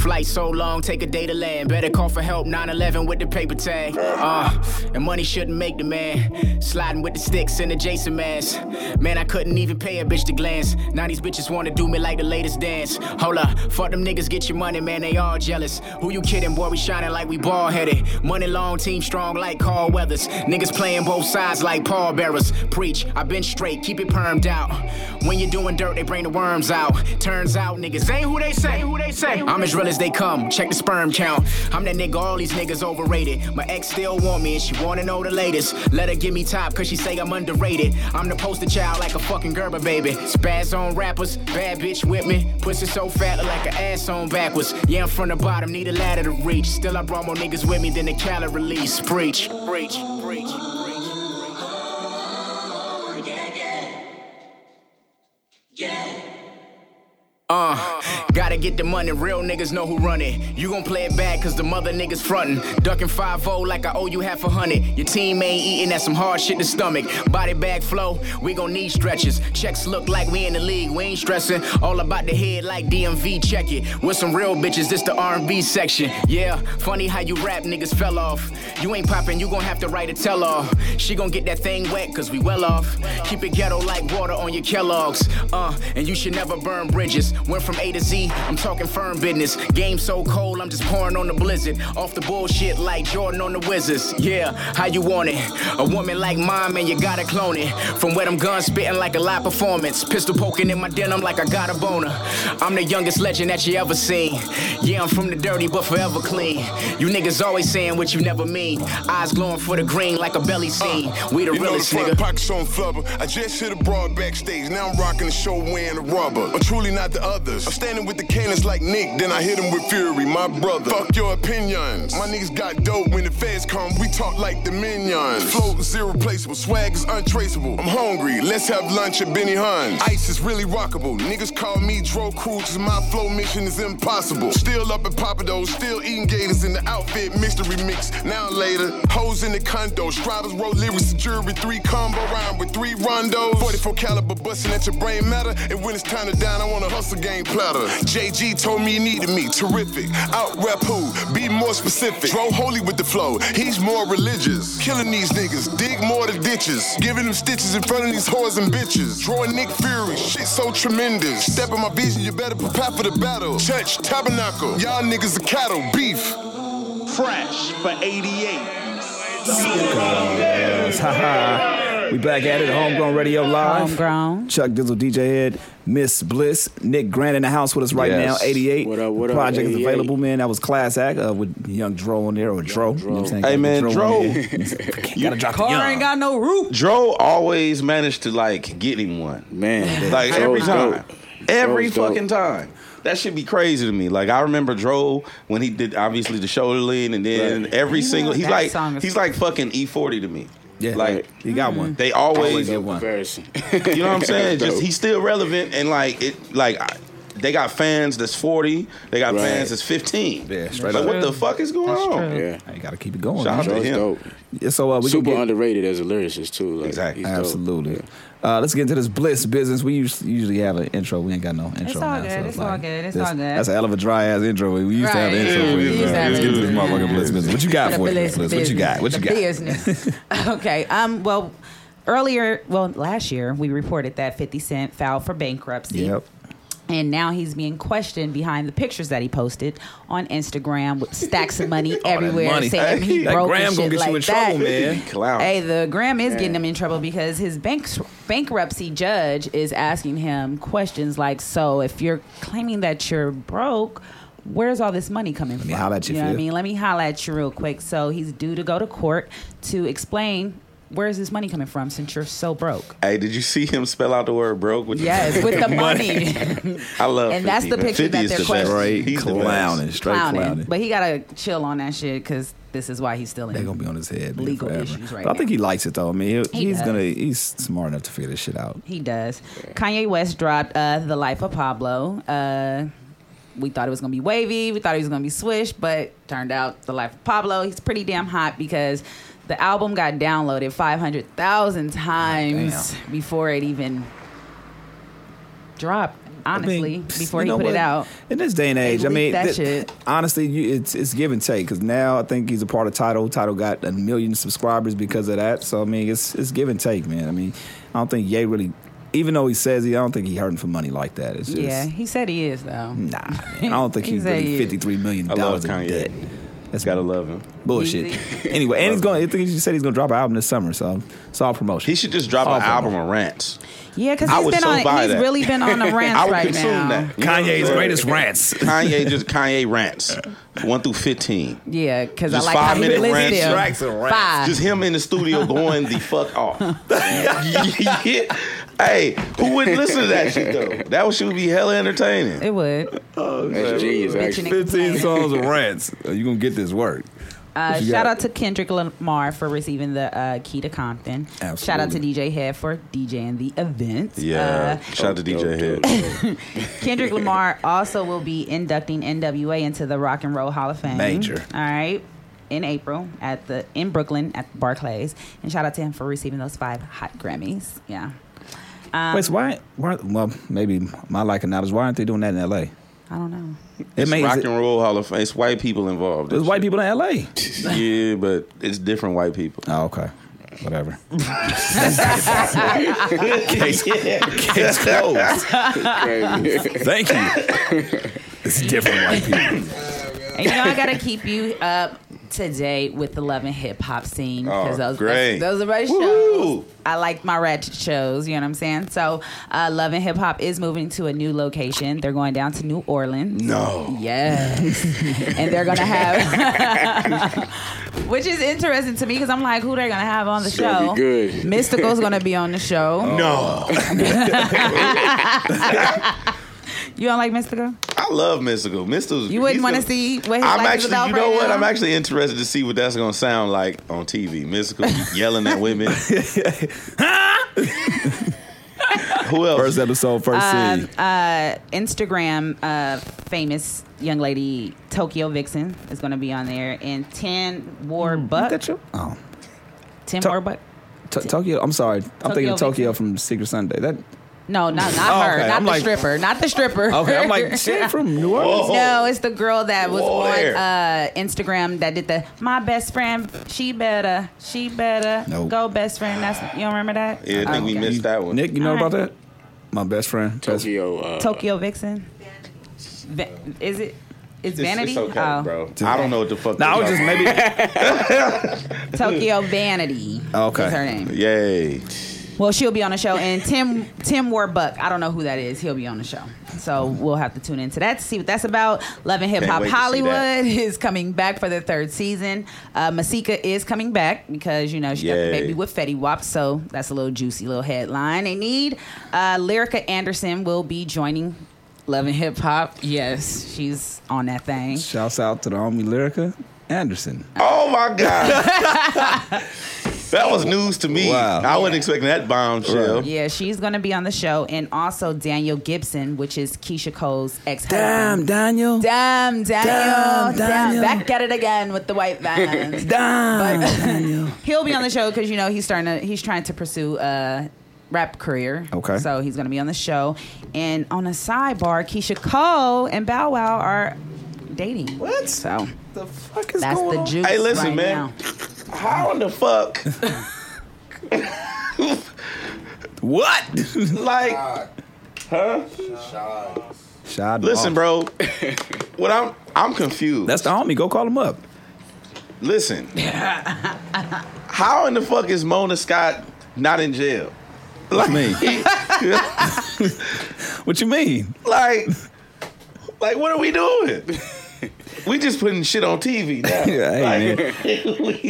S7: Flight so long, take a day to land. Better call for help, 911 with the paper tag. Uh, and money shouldn't make the man. Sliding with the sticks in the Jason mask. Man, I couldn't even pay a bitch to glance. Now these bitches wanna do me like the latest dance. Hold up, fuck them niggas, get your money, man, they all jealous. Who you kidding, boy, we shining like we ball headed. Money long, team strong like Carl Weathers. Niggas playing both sides like Paul Bearers. Preach, i been straight, keep it permed out. When you doing dirt, they bring the worms out. Turns out niggas ain't who they say. Who they say. I'm as real as they come. Check the sperm count. I'm that nigga. All these niggas overrated. My ex still want me and she wanna know the latest. Let her give me top cause she say I'm underrated. I'm the poster child like a fucking Gerber baby. Spaz on rappers, bad bitch with me. Pussy so fat look like an ass on backwards. Yeah, I'm from the bottom, need a ladder to reach. Still I brought more niggas with me than the calorie release. Preach, preach, preach. Uh, gotta get the money, real niggas know who run it. You gon' play it bad cause the mother niggas frontin'. Duckin' 5 0 like I owe you half a hundred. Your team ain't eatin' that's some hard shit to stomach. Body bag flow, we gon' need stretches. Checks look like we in the league, we ain't stressin'. All about the head like DMV, check it. With some real bitches, this the R&B section. Yeah, funny how you rap, niggas fell off. You ain't poppin', you gon' have to write a tell all. She gon' get that thing wet cause we well off. Keep it ghetto like water on your Kellogg's. Uh, and you should never burn bridges. Went from A to Z, I'm talking firm business. Game so cold, I'm just pouring on the blizzard. Off the bullshit like Jordan on the Wizards. Yeah, how you want it? A woman like mine, man, you gotta clone it. From where I'm gun spitting like a live performance. Pistol poking in my denim like I got a boner. I'm the youngest legend that you ever seen. Yeah, I'm from the dirty, but forever clean. You niggas always saying what you never mean. Eyes glowing for the green like a belly scene. We the
S13: you
S7: realest
S13: know the
S7: nigga.
S13: Pockets on flubber. I just hit a broad backstage. Now I'm rocking the show wearing the rubber. But truly not the others. I'm standing with the cannons like Nick, then I hit him with fury, my brother. Fuck your opinions. My niggas got dope when the feds come, we talk like the minions. Float is irreplaceable, swag is untraceable. I'm hungry, let's have lunch at Benny Hunn's. Ice is really rockable, niggas call me Dro Crew, cause my flow mission is impossible. Still up at Papados, still eating gators in the outfit mystery mix. Now later, hoes in the condo, strivers roll lyrics to jury, three combo rhyme with three rondos. 44 caliber busting at your brain matter, and when it's time to dine, I wanna hustle game platter. JG told me he needed me, terrific. Out rep who? Be more specific. Throw holy with the flow, he's more religious. Killing these niggas, dig more the ditches. Giving them stitches in front of these whores and bitches. Drawing Nick Fury, shit so tremendous. Step in my vision, you better prepare for the battle. Church, tabernacle, y'all niggas are cattle, beef.
S14: Fresh for 88.
S6: Yes, haha. We back at it, Homegrown Radio Live.
S3: Homegrown.
S6: Chuck Dizzle, DJ Head, Miss Bliss, Nick Grant in the house with us right
S4: Yes.
S6: now, 88.
S1: What up, what up,
S6: Project is
S1: 88.
S6: available, man. That was Class Act uh, with Young Dro on there, or Dro. You know what I'm saying?
S4: Hey,
S6: Got
S4: man, Dro.
S6: in there. <laughs> Gotta drop the
S3: Car
S6: young.
S3: ain't got no roof.
S4: Dro always managed to like get him one.
S6: <laughs>
S1: Man,
S4: Like
S1: Joe's
S4: every time.
S1: dope.
S4: Every
S1: Joe's dope.
S4: fucking time. That should be crazy to me. Like I remember Dro when he did obviously the shoulder lean and then
S1: Right.
S4: every single he's
S3: that
S4: like
S3: song is- Mm-hmm.
S4: he's like fucking E forty to me.
S6: Yeah,
S4: Like
S6: you got one.
S4: they
S6: Always
S4: always,
S6: one.
S1: Comparison.
S4: <laughs> you
S6: <laughs>
S4: know what I'm saying? Just
S1: Dope.
S4: he's still relevant and like it like I, they got fans that's forty, they got
S1: Right.
S4: fans that's fifteen.
S6: Yeah, straight
S4: like
S6: up.
S4: what the fuck is going
S3: That's
S4: on?
S3: true.
S1: Yeah.
S6: Hey, gotta keep it going.
S4: Shout out
S6: man.
S4: to
S1: Joe's
S4: him.
S1: dope.
S6: Yeah, so uh, we
S1: Super
S6: can get,
S1: underrated as a lyricist too. Like,
S4: Exactly.
S1: he's dope.
S6: Absolutely. Uh, let's get into this bliss business. We us- usually have an intro. We ain't got no intro
S3: It's all
S6: now.
S3: good.
S6: So
S3: It's all
S6: like-
S3: good. It's
S6: that's-
S3: all good.
S6: That's a
S3: <laughs>
S6: hell of a dry ass intro. We used to have an
S3: Right.
S6: intro.
S3: Yeah,
S6: for
S3: we
S6: you,
S3: used to
S6: bro.
S3: have
S6: let's
S3: an
S6: get into this
S3: intro.
S6: motherfucking bliss business. What you got
S3: The
S6: for
S3: bliss
S6: us, bliss? What you got? What you got?
S3: business, the Business. <laughs> okay. Um. Well, earlier, well, last year we reported that Fifty Cent filed for bankruptcy.
S6: Yep.
S3: And now he's being questioned behind the pictures that he posted on Instagram with stacks
S6: <laughs>
S3: of money everywhere,
S6: money.
S3: saying he
S6: That
S3: broke
S6: gram
S3: and
S6: gonna
S3: shit
S6: get you
S3: like
S6: in trouble,
S3: that.
S6: man.
S4: Clown.
S3: Hey, the gram is getting him in trouble because his bank bankruptcy judge is asking him questions like, "So, if you're claiming that you're broke, where's all this money coming
S6: me
S3: from?"
S6: holla at you,
S3: know what I
S6: Phil.
S3: mean? Let me holla at you real quick. So he's due to go to court to explain where is this money coming from since you're so broke?
S4: Hey, did you see him spell out the word broke? With
S3: yes,
S4: the <laughs>
S3: with the money.
S4: I love
S3: And that's
S4: 50,
S3: the
S4: man.
S3: picture
S4: 50
S3: that
S4: is
S3: they're
S4: the
S3: questioning.
S4: best.
S2: Straight
S4: He's the best.
S2: clowning, straight
S3: Clowning.
S2: clowning.
S3: But he gotta chill on that shit because this is why he's still in.
S2: They're gonna be on his head man,
S3: Legal
S2: forever.
S3: issues right
S2: But I think
S3: now.
S2: he likes it though. I mean, he,
S3: He
S2: he's
S3: does.
S2: gonna he's smart enough to figure this shit out.
S3: He does. Kanye West dropped uh, The Life of Pablo. Uh, we thought it was going to be wavy. We thought it was going to be swish, but turned out The Life of Pablo. He's pretty damn hot because the album got downloaded 500,000 times before it even dropped,
S2: I mean,
S3: honestly,
S2: psst,
S3: before
S2: you
S3: he
S2: know
S3: put
S2: what?
S3: it out.
S2: In this day and age, I
S3: leaked
S2: mean,
S3: that
S2: th-
S3: shit.
S2: honestly, you, it's it's give and take because now I think he's a part of Title. Title got a million subscribers because of that. So I mean, it's it's give and take, man. I mean, I don't think Ye really, even though he says he, I don't think he hurting for money like that. It's just,
S3: yeah, he said he is, though.
S2: nah. man.
S3: <laughs>
S2: I don't think
S3: He
S2: he's
S3: said
S2: really
S3: he-
S2: fifty three million
S4: I love
S2: dollars in
S4: Kanye.
S2: debt. That's
S4: Gotta love him.
S2: bullshit. <laughs> anyway, and he's going. I think he said he's gonna drop an album this summer, so it's all promotion.
S4: He should just drop
S2: All
S4: an
S2: promo.
S4: album of rants.
S3: Yeah, because
S4: I
S3: he's
S4: would
S3: been
S4: so
S3: on.
S4: buy
S3: He's
S4: that.
S3: really been on
S2: <laughs>
S3: the
S4: I
S3: rants
S4: would
S3: right
S4: consume
S3: now.
S4: that. You know what I'm
S2: Kanye's
S4: saying?
S2: greatest rants.
S4: <laughs> Kanye just Kanye rants. One through fifteen.
S3: Yeah, because I
S4: Just
S3: like how he
S4: five-minute
S3: lists
S4: rants,
S3: them.
S4: tracks and
S2: rants.
S3: Five.
S4: Just him in the studio going the
S3: <laughs>
S4: fuck off. <laughs> Yeah. Hey, who wouldn't listen to that shit though? That should be hella entertaining.
S3: it would.
S15: That's genius,
S3: Bitching
S15: actually.
S3: and complaining.
S2: Oh, songs of rants. You gonna get this work?
S3: Uh,
S2: What you
S3: shout
S2: got?
S3: out to Kendrick Lamar for receiving the uh, key to Compton.
S2: Absolutely.
S3: Shout out to DJ Head for DJing the event.
S4: Yeah.
S3: Uh,
S4: Shout out to DJ Head.
S3: Kendrick Lamar also will be inducting NWA into the Rock and Roll Hall of Fame.
S2: Major.
S3: All right. In April at the in Brooklyn at the Barclays. And shout out to him for receiving those five hot Grammys. Yeah. Uh, Um,
S2: Wait, so why, why? Well, maybe my liking not is why aren't they doing that in L.A.?
S3: I don't know.
S2: It
S4: It's
S2: makes
S4: rock
S2: it-
S4: and roll hall of fame. It's white people involved.
S2: there's white people in L.A.
S4: <laughs> Yeah, but it's different white people.
S2: Oh, okay, whatever.
S4: Case, case closed.
S15: Crazy.
S2: Thank you. It's different white people.
S3: And you know, I <laughs> gotta keep you up to date with the love and hip hop scene
S4: Oh,
S3: those,
S4: great.
S3: those are my
S4: Woo!
S3: shows. I like my ratchet shows. You know what I'm saying? So, uh, love and hip hop is moving to a new location. They're going down to New Orleans.
S4: No. <laughs>
S3: Yes. and they're gonna have, which is interesting to me because I'm like, who they're gonna have on the
S15: It's
S3: show?
S15: gonna be good.
S3: Mystical's gonna be on the show.
S4: No.
S2: Oh.
S3: You don't like Mystical?
S4: <laughs> I love Mystical. Mystical's
S3: You wouldn't
S4: he's
S3: want to
S4: the-
S3: see what his
S4: I'm
S3: life is about
S4: actually, you know
S3: right
S4: what?
S3: now?
S4: I'm actually interested to see what that's gonna sound like on TV. Mystical yelling at
S2: <laughs>
S4: women. Who else?
S2: First episode, first
S3: um,
S2: scene.
S3: uh, Instagram uh, famous young lady Tokyo Vixen is going to be on there, and Ten Warbuck.
S2: That you? Oh,
S3: Ten
S2: To-
S3: Warbuck.
S2: To- Tokyo. I'm sorry. I'm thinking of
S3: Tokyo
S2: Tokyo from Secret Sunday.
S3: <laughs>
S2: That
S3: No, not not
S2: Oh,
S3: her.
S2: okay.
S3: Not
S2: I'm
S3: the
S2: like-
S3: stripper. Not the stripper.
S2: okay.
S3: <laughs>
S2: I'm like shit from New Orleans.
S4: Whoa.
S3: No, it's the girl that was
S4: Whoa
S3: on
S4: there.
S3: uh, Instagram that did the my best friend. She better, she better
S2: Nope.
S3: go best friend. That's you don't remember that?
S4: <laughs> Yeah, I think we
S3: Okay.
S4: missed that one.
S2: Nick, you know
S3: All right.
S2: about that? My best friend. Best-
S15: Tokyo. Uh,
S3: Tokyo Vixen. Va- is it? It's
S4: It's-
S3: vanity.
S4: It's okay,
S3: Oh.
S4: bro. I don't know what the fuck.
S2: No, I was
S4: you're
S2: just
S4: talking
S2: maybe.
S3: Tokyo Vanity.
S2: Okay.
S3: Is her name.
S4: about. Yay.
S3: Well, she'll be on the show, and Tim Tim Warbuck. I don't know who that is. He'll be on the show, so we'll have to tune into that to see what that's about. Love and Hip
S4: Can't
S3: Hop
S4: wait to see
S3: Hollywood <laughs>
S4: that.
S3: is coming back for the third season. Uh, Masika is coming back because you know she got the
S4: Yay.
S3: baby with Fetty Wap, so that's a little juicy little headline they need. Uh, Lyrica Anderson will be joining Love and Hip Hop. Yes, she's on that thing.
S2: Shouts out to the homie Lyrica Anderson.
S4: Oh my god. <laughs> that was news to me.
S2: Wow.
S4: I wasn't expecting that bombshell.
S3: Yeah, she's gonna be on the show, and also Daniel Gibson, which is Keisha Cole's ex.
S2: Damn, Daniel.
S3: Damn, Daniel, damn,
S2: Damn, Daniel.
S3: back at it again with the white
S2: <laughs>
S3: vans.
S2: Damn, Daniel.
S3: He'll be on the show because you know he's starting to he's trying to pursue a rap career.
S2: Okay.
S3: so he's gonna be on the show. And on a sidebar, Keisha Cole and Bow Wow are dating.
S4: What?
S3: So
S2: The fuck is
S3: that's the
S2: on?
S3: juice.
S4: Hey, listen,
S3: right
S4: man.
S3: now.
S4: How in the fuck?
S2: <laughs> What?
S4: like,
S2: Shot
S4: listen, bro.
S2: off.
S4: <laughs> What I'm I'm confused.
S2: That's the homie. Go call him up.
S3: <laughs>
S4: Listen. How in the fuck is Mona Scott not in jail?
S2: What you mean? <laughs> what you mean?
S4: Like, like what are we doing? we just putting shit on
S2: <laughs>
S4: TV now.
S2: yeah,
S4: <laughs>
S2: hey, man.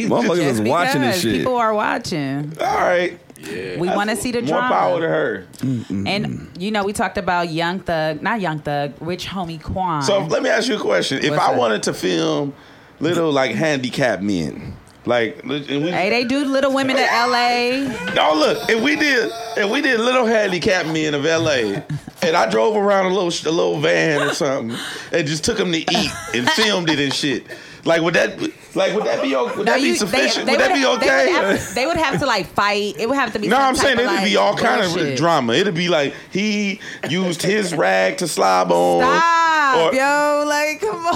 S2: Motherfuckers is watching this shit.
S3: People are watching.
S4: All right.
S3: Yeah. We want to see the
S4: More
S3: drama.
S4: power to her.
S3: Mm-mm. And you know, we talked about Young Thug, not Young Thug, Rich Homie Quan.
S4: So let me ask you a question. if
S3: What's
S4: I
S3: that?
S4: wanted to film little like handicapped men, like and we,
S3: hey, they do Little Women in L.A.
S4: no, look, if we did, if we did little handicapped men
S3: <laughs>
S4: of L.A. and I drove around a little sh- a little van or something and just took them to eat
S3: <laughs>
S4: and filmed it and shit. Like would that like would that be o- would
S3: No,
S4: that be
S3: you-
S4: sufficient? would that be
S3: would-
S4: okay?
S3: They would, have, they would have to like fight. It would have to be.
S4: No,
S3: some
S4: I'm
S3: type
S4: saying
S3: of,
S4: it'd
S3: like,
S4: be all kind
S3: bullshit.
S4: of drama. It'd be like he used his rag to slob on.
S3: Stop,
S4: or-
S3: yo! Like, come
S4: <laughs>
S3: on.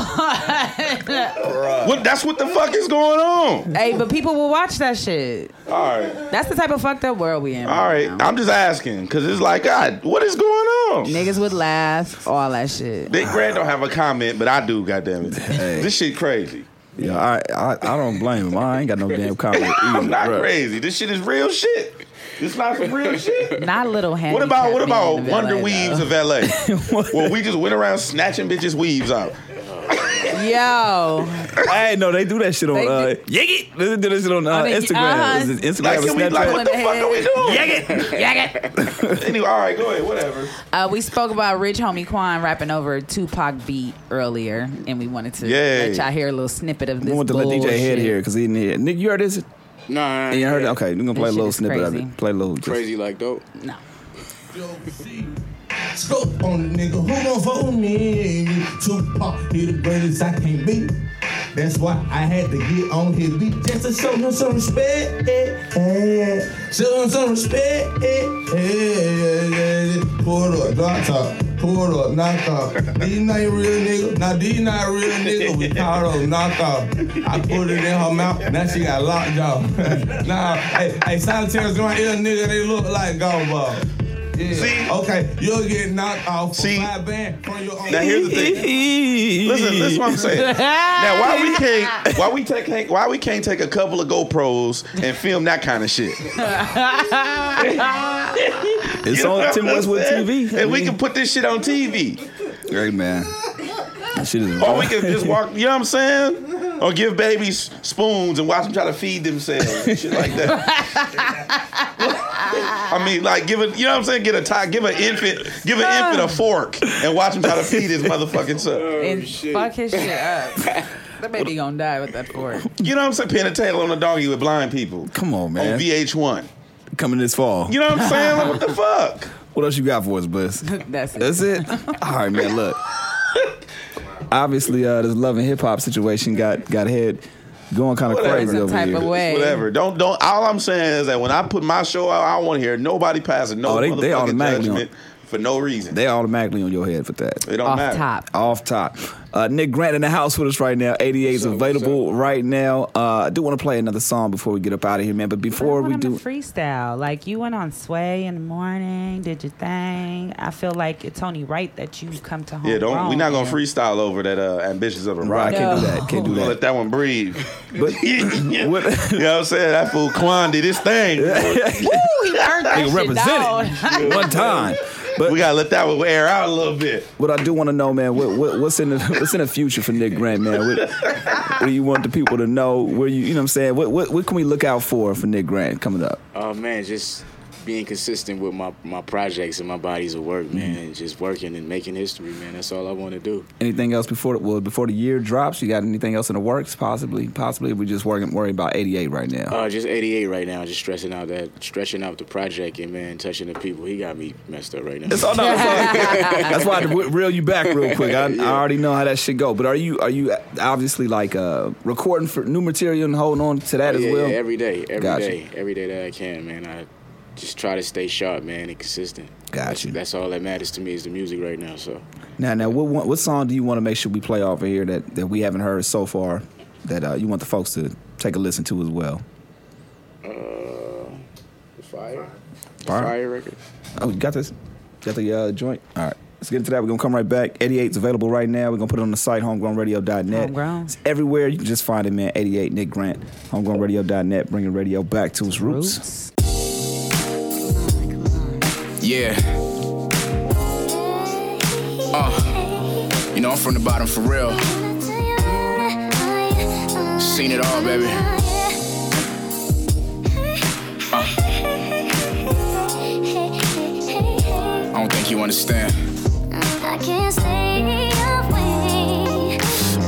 S4: What? That's what the fuck is going on.
S3: hey, but people will watch that shit.
S4: All right,
S3: That's the type of fucked up world we in.
S4: all right. I'm just asking because it's like God, what is going on?
S3: Niggas would laugh, all that shit.
S4: Big Grant don't have a comment, but I do. Goddamn it, this shit crazy.
S2: Yeah, I, I I don't blame him. I ain't
S4: <laughs>
S2: got no damn comment.
S4: I'm
S2: either,
S4: not
S2: bruh.
S4: crazy. This shit is real shit. It's not
S3: <laughs>
S4: some real shit.
S3: Not little hands.
S4: What about what about Wonder Weaves of LA?
S3: <laughs>
S4: well, we just went around snatching bitches' weaves out.
S3: Yo,
S2: Hey, no, they do that shit on
S3: They do-
S2: uh, Yig it. They do that shit on uh,
S3: On the-
S2: Instagram.
S3: uh-huh.
S2: Is it Instagram
S4: Like,
S2: or
S4: can we,
S2: Snapchat?
S4: like what the
S3: Snapchat.
S4: fuck are we doing?
S3: Yag it.
S4: anyway, all right, go ahead, whatever.
S3: Uh, we spoke about Rich Homie Quan rapping over Tupac beat earlier, and we wanted to
S4: Yay.
S3: let y'all hear a little snippet of
S2: We
S3: this.
S2: want to let
S3: bullshit.
S2: DJ Head here because he didn't hear. it. Nick, you heard this?
S1: Nah,
S2: And you heard it? Okay, we're gonna play a
S3: shit
S2: little
S3: is
S2: snippet
S3: crazy.
S2: of it. Play a little. Just,
S1: Crazy like dope.
S3: No.
S16: Scope on the nigga who gon' fuck with me. Tupac, he the greatest I can't beat. That's why I had to get on his beat just to show him some respect. Show him some respect. Pull it up, knock top. Pull it up, knock off. These not real nigga. Now these not real nigga. We call those knock off. I put it in her mouth. Now she got lockjaw. <laughs> nah, hey, hey, solitaires around here, nigga. They look like golf ball. Yeah.
S4: See?
S16: Okay, you'll get knocked off
S4: See?
S16: for five band from your own.
S4: Now here's the thing. Listen, listen what I'm saying. Now why we can't why we take why we can't take a couple of GoPros and film that kind of shit?
S2: it's
S4: You know
S2: on
S4: what
S2: Tim
S4: I'm
S2: Westwood
S4: saying?
S2: TV.
S4: And we can put this shit on TV.
S2: Hey man, that shit is.
S4: Or we can just walk, you know what I'm saying? Or give babies spoons and watch them try to feed themselves and shit like that. I mean, like give a you know what I'm saying? Get a tie, give an infant, give an infant a fork and watch him try to feed his motherfucking self.
S3: And fuck his shit up. That baby gonna die with that fork.
S4: You know what I'm saying? Pin a tail on a doggy with blind people.
S2: Come on, man.
S4: On VH1.
S2: Coming this fall.
S4: You know what I'm saying? Like, what the fuck?
S2: <laughs> What else you got for us, Bliss?
S3: That's it.
S2: That's
S3: <laughs>
S2: it. All right, man. Look, obviously, uh, this love and hip hop situation got got head going kind of
S4: Whatever.
S2: crazy
S4: Some
S2: over
S3: type
S2: here.
S3: of way.
S4: Whatever. Don't don't. All I'm saying is that when I put my show out, I don't want to hear nobody passing no
S2: Oh, they- they
S4: motherfucking
S2: automatically
S4: judgment for no reason.
S2: They automatically on your head for that.
S4: it don't
S3: Off
S4: matter.
S3: top.
S2: Off top. Uh, Nick Grant in the house with us right now. 88 is
S1: What's up, what's
S2: available right now. Uh, I do want to play another song before we get up out of here, man. But before
S3: I
S2: we
S3: want
S2: do,
S3: him to freestyle. Like you went on Sway in the morning, did your thing. I feel like it's only right that you come to home.
S4: Yeah, don't. We're not gonna
S3: grown.
S4: freestyle over that. Uh, ambitions of a
S2: right, I
S4: rock.
S2: can't do that. Can't do
S4: We're gonna
S2: that.
S4: let that one breathe.
S2: But
S4: <laughs> you know
S2: what,
S4: what I'm saying? That fool Quan did his
S2: <laughs>
S4: thing.
S3: Woo, he learned that
S2: Nigga
S3: shit, dog.
S2: represented <laughs>
S4: <laughs>
S2: one time. But
S4: we gotta let that one air out a little bit.
S2: what I do want to know, man, what, what, what's in the what's in the future for Nick Grant, man? What, what do you want the people to know? Where you, you know, what I'm saying, what, what what can we look out for for Nick Grant coming up?
S1: Oh man, just being consistent with my, my projects and my bodies of work,
S2: Mm-hmm.
S1: man. and Just working and making history, man. That's all I want to do.
S2: Anything else before well before the year drops? You got anything else in the works? Possibly, possibly. We just working worrying about 88 right now.
S1: Uh, just 88 right now. Just stressing out that stretching out the project and man, touching the people. He got me messed up right now.
S2: It's all no.
S1: <laughs>
S2: That's why I had to w- reel you back real quick. I, I already know how that shit go. But are you are you obviously like uh, recording for new material and holding on to that
S1: yeah,
S2: as well?
S1: yeah, every day, every day,
S2: Gotcha.
S1: every day that I can, man. I just try to stay sharp, man, and consistent.
S2: Gotcha.
S1: That's, that's all that matters to me is the music right now. So
S2: Now, now, what one- what song do you want to make sure we play over here that that we haven't heard so far that uh, you want the folks to take a listen to as well?
S1: Uh, fire,
S2: Fire.
S1: fire, record.
S2: Oh, you got this? Got the uh, joint? All right. Let's get into that. We're going to come right back. 88's available right now. We're going to put it on the site, homegrownradio.net.
S3: Homegrown.
S2: It's everywhere. You can just find it, man. 88 Nick Grant, homegrownradio.net, bringing radio back to its roots.
S3: Roots.
S7: Yeah. Uh, you know, I'm from the bottom for real.
S1: Seen it all, baby. Uh. I don't think you
S4: <laughs>
S1: understand.
S15: I can't stay away.